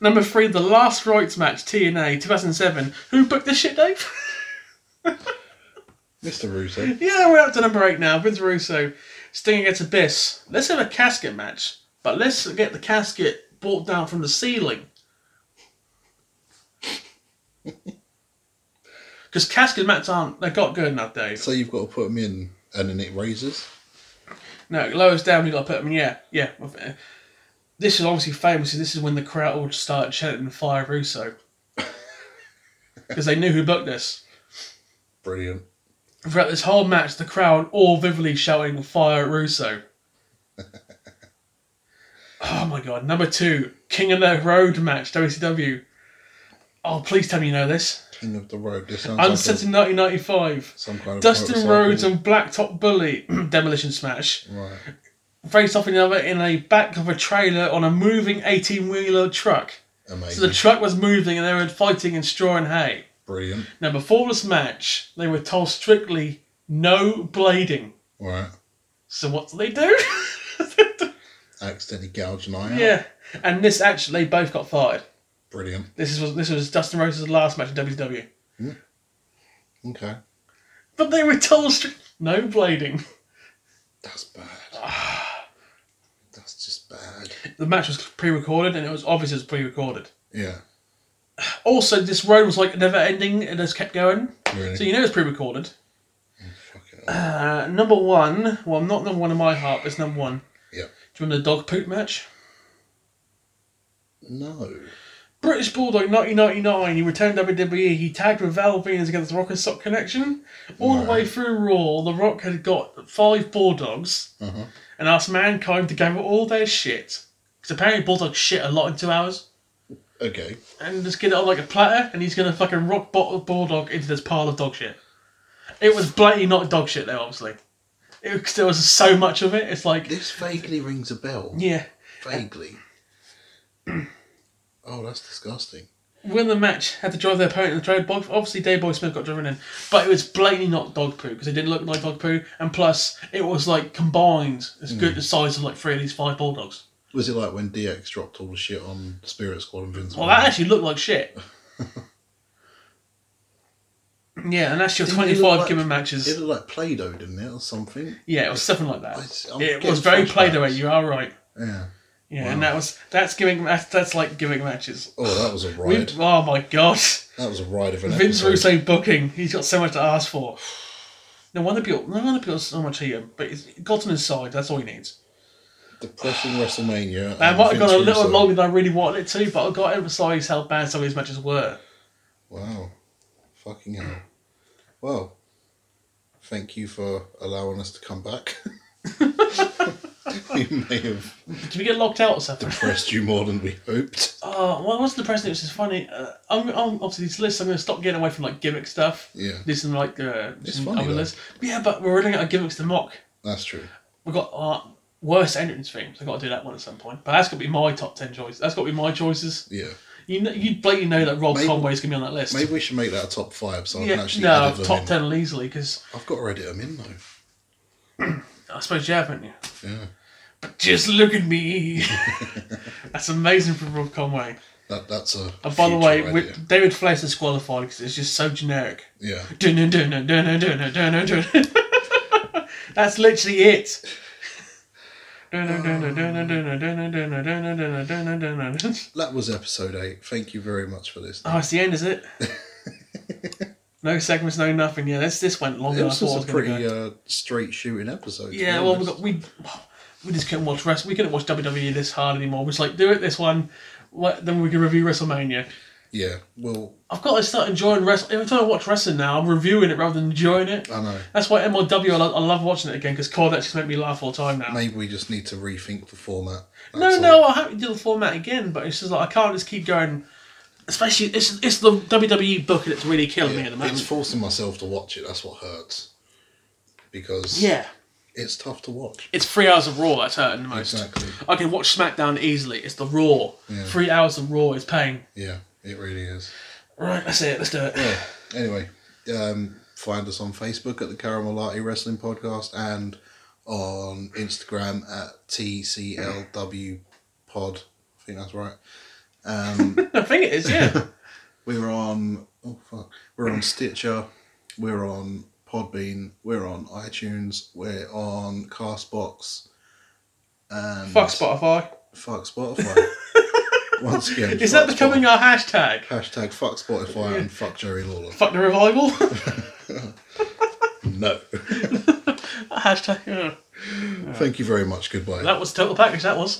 Speaker 6: Number three, the last rights match, TNA, 2007. Who booked this shit, Dave?
Speaker 5: Mr. Russo.
Speaker 6: yeah, we're up to number eight now. Vince Russo, Sting against Abyss. Let's have a casket match, but let's get the casket brought down from the ceiling. Because casket matches aren't, they're not good enough, Dave.
Speaker 5: So you've got to put him in, and then it raises.
Speaker 6: No, lowest down, you got to put them in. Yeah, yeah. This is obviously famous. and This is when the crowd all started chanting "Fire Russo" because they knew who booked this.
Speaker 5: Brilliant.
Speaker 6: Throughout this whole match, the crowd all vividly shouting "Fire Russo." oh my god! Number two, King of the Road match, WCW. Oh, please tell me you know this.
Speaker 5: King of the road. This sounds
Speaker 6: Unset
Speaker 5: like a,
Speaker 6: in 1995.
Speaker 5: some kind of
Speaker 6: Dustin
Speaker 5: motorcycle.
Speaker 6: Rhodes and Blacktop Bully Demolition Smash
Speaker 5: Right.
Speaker 6: face off another in a back of a trailer on a moving 18 wheeler truck. So
Speaker 5: Amazing.
Speaker 6: the truck was moving and they were fighting in straw and hay.
Speaker 5: Brilliant.
Speaker 6: Now, before this match, they were told strictly no blading.
Speaker 5: Right.
Speaker 6: So what do they do?
Speaker 5: Accidentally gouge an eye out.
Speaker 6: yeah. And this actually, they both got fired.
Speaker 5: Brilliant.
Speaker 6: This was this was Dustin Rose's last match in WCW.
Speaker 5: Okay.
Speaker 6: But they were told strict no blading.
Speaker 5: That's bad.
Speaker 6: Ah.
Speaker 5: That's just bad.
Speaker 6: The match was pre-recorded and it was obvious it was pre-recorded.
Speaker 5: Yeah.
Speaker 6: Also, this road was like never ending. It just kept going.
Speaker 5: Really.
Speaker 6: So you know it's pre-recorded.
Speaker 5: Fucking
Speaker 6: Uh, number one, well, not number one in my heart, but it's number one.
Speaker 5: Yeah.
Speaker 6: Do you remember the dog poop match?
Speaker 5: no.
Speaker 6: British Bulldog 1999, he returned to WWE, he tagged with Val Venus against the Rock and Sock Connection. All the way through Raw, The Rock had got five Bulldogs
Speaker 5: Uh-huh.
Speaker 6: and asked Mankind to gather all their shit. Because apparently Bulldogs shit a lot in two hours.
Speaker 5: Okay.
Speaker 6: And just get it on like a platter, and he's going to fucking rock bottle Bulldog into this pile of dog shit. It was blatantly not dog shit though, obviously. It, 'cause there was so much of it. It's like,
Speaker 5: This vaguely rings a bell.
Speaker 6: yeah.
Speaker 5: Vaguely. oh, that's disgusting.
Speaker 6: When the match had to drive their opponent in the trade box, obviously Dayboy Smith got driven in, but it was blatantly not dog poo because it didn't look like dog poo, and plus it was like combined as good
Speaker 5: Hmm.
Speaker 6: the size of like three of these five bulldogs.
Speaker 5: Was it like when DX dropped all the shit on Spirit Squad and Vince?
Speaker 6: Well,
Speaker 5: McMahon?
Speaker 6: that actually looked like shit. yeah, and that's your
Speaker 5: Didn't it look
Speaker 6: twenty-five
Speaker 5: like-
Speaker 6: gimmick matches.
Speaker 5: It looked like Play-Doh, didn't it, or something?
Speaker 6: yeah, it was something like that.
Speaker 5: I s- I'm
Speaker 6: it
Speaker 5: getting
Speaker 6: was very
Speaker 5: flashbacks.
Speaker 6: play the way. You are right.
Speaker 5: Yeah.
Speaker 6: Yeah,
Speaker 5: Wow.
Speaker 6: and that was that's gimmick. That's, that's like gimmick matches.
Speaker 5: Oh, that was a
Speaker 6: We-
Speaker 5: ride.
Speaker 6: oh my god,
Speaker 5: That was a ride of an
Speaker 6: Vince
Speaker 5: episode.
Speaker 6: Russo booking. He's got so much to ask for. No wonder people. No wonder people so much here. But he's got on his side. That's all he needs.
Speaker 5: Depressing WrestleMania.
Speaker 6: I
Speaker 5: and
Speaker 6: might have gone
Speaker 5: Vince
Speaker 6: a little
Speaker 5: Russo.
Speaker 6: longer than I really wanted it to, but I got emphasised how bad some of these matches were.
Speaker 5: Wow. Fucking hell. Well, thank you for allowing us to come back. we may have
Speaker 6: Did we get locked out or something?
Speaker 5: pressed you more than we hoped.
Speaker 6: Uh, well, what's the president? Which is funny. Uh, I'm, I'm obviously these lists. I'm going to stop getting away from like gimmick stuff.
Speaker 5: Yeah.
Speaker 6: This and like uh,
Speaker 5: It's
Speaker 6: some
Speaker 5: funny,
Speaker 6: other
Speaker 5: though.
Speaker 6: lists. Yeah, but we're running out of gimmicks to mock.
Speaker 5: That's true.
Speaker 6: We've got our worst entrance themes. I've got to do that one at some point. But that's got to be my top ten choices. That's got to be my choices.
Speaker 5: Yeah.
Speaker 6: You know, you blatantly know that Rob
Speaker 5: Maybe-
Speaker 6: Conway's going to be on that list.
Speaker 5: Maybe we should make that a top five so I can
Speaker 6: yeah,
Speaker 5: actually
Speaker 6: no,
Speaker 5: edit them
Speaker 6: top
Speaker 5: in.
Speaker 6: ten will easily because
Speaker 5: I've got to edit them in though.
Speaker 6: I suppose you haven't you.
Speaker 5: Yeah.
Speaker 6: But just look at me. that's amazing from Rob Conway.
Speaker 5: That that's a.
Speaker 6: And by the
Speaker 5: future
Speaker 6: way,
Speaker 5: idea.
Speaker 6: with David Flair's disqualified because it's just so generic.
Speaker 5: yeah,
Speaker 6: Dun, dun, dun, dun, dun, dun, dun, dun, dun, dun. That's literally it. Dun, dun, dun, dun, dun, dun, dun, dun, dun, dun, dun, dun, dun, dun, dun, dun, dun.
Speaker 5: that was episode eight. Thank you very much for this.
Speaker 6: Oh, it's the end, is it? No segments, no nothing. Yeah, this this went longer
Speaker 5: it
Speaker 6: than I
Speaker 5: was
Speaker 6: thought it
Speaker 5: just a
Speaker 6: was going to
Speaker 5: pretty
Speaker 6: go.
Speaker 5: uh, straight shooting episode. to be
Speaker 6: Yeah, well, we
Speaker 5: honest.
Speaker 6: got, we we just couldn't watch wrestling. We couldn't watch WWE this hard anymore. We're just like, do it this one, what, then we can review WrestleMania.
Speaker 5: yeah. Well,
Speaker 6: I've got to start enjoying wrestling. Every time I watch wrestling now, I'm reviewing it rather than enjoying it.
Speaker 5: I know.
Speaker 6: That's why MLW, I love, I love watching it again because Cod actually make me laugh all the time now.
Speaker 5: Maybe we just need to rethink the format.
Speaker 6: no,
Speaker 5: That's
Speaker 6: no,
Speaker 5: all.
Speaker 6: I have to do the format again, but it's just like I can't just keep going. Especially, it's it's the WWE book that's really killing me at the
Speaker 5: Yeah, it's
Speaker 6: moment.
Speaker 5: forcing myself to watch it. That's what hurts. Because
Speaker 6: yeah,
Speaker 5: it's tough to watch.
Speaker 6: it's three hours of Raw that's hurting the most.
Speaker 5: Exactly.
Speaker 6: I can watch SmackDown easily. It's the Raw.
Speaker 5: Yeah.
Speaker 6: Three hours of Raw is pain.
Speaker 5: Yeah, it really is.
Speaker 6: Right, that's it. Let's do it.
Speaker 5: Yeah. Anyway, um, find us on Facebook at the Caramelati Wrestling Podcast and on Instagram at TCLW Pod. I think that's right. Um,
Speaker 6: I think it is. Yeah.
Speaker 5: we're on. Oh fuck! We're on Stitcher. We're on Podbean. We're on iTunes. We're on Castbox. And
Speaker 6: Fuck Spotify.
Speaker 5: Fuck Spotify. Once again,
Speaker 6: Is
Speaker 5: fuck
Speaker 6: that becoming
Speaker 5: Spotify.
Speaker 6: our hashtag?
Speaker 5: hashtag? Fuck Spotify and fuck Jerry Lawler.
Speaker 6: Fuck the revival.
Speaker 5: No.
Speaker 6: hashtag. yeah.
Speaker 5: Thank you very much. Goodbye.
Speaker 6: That was total package. That was.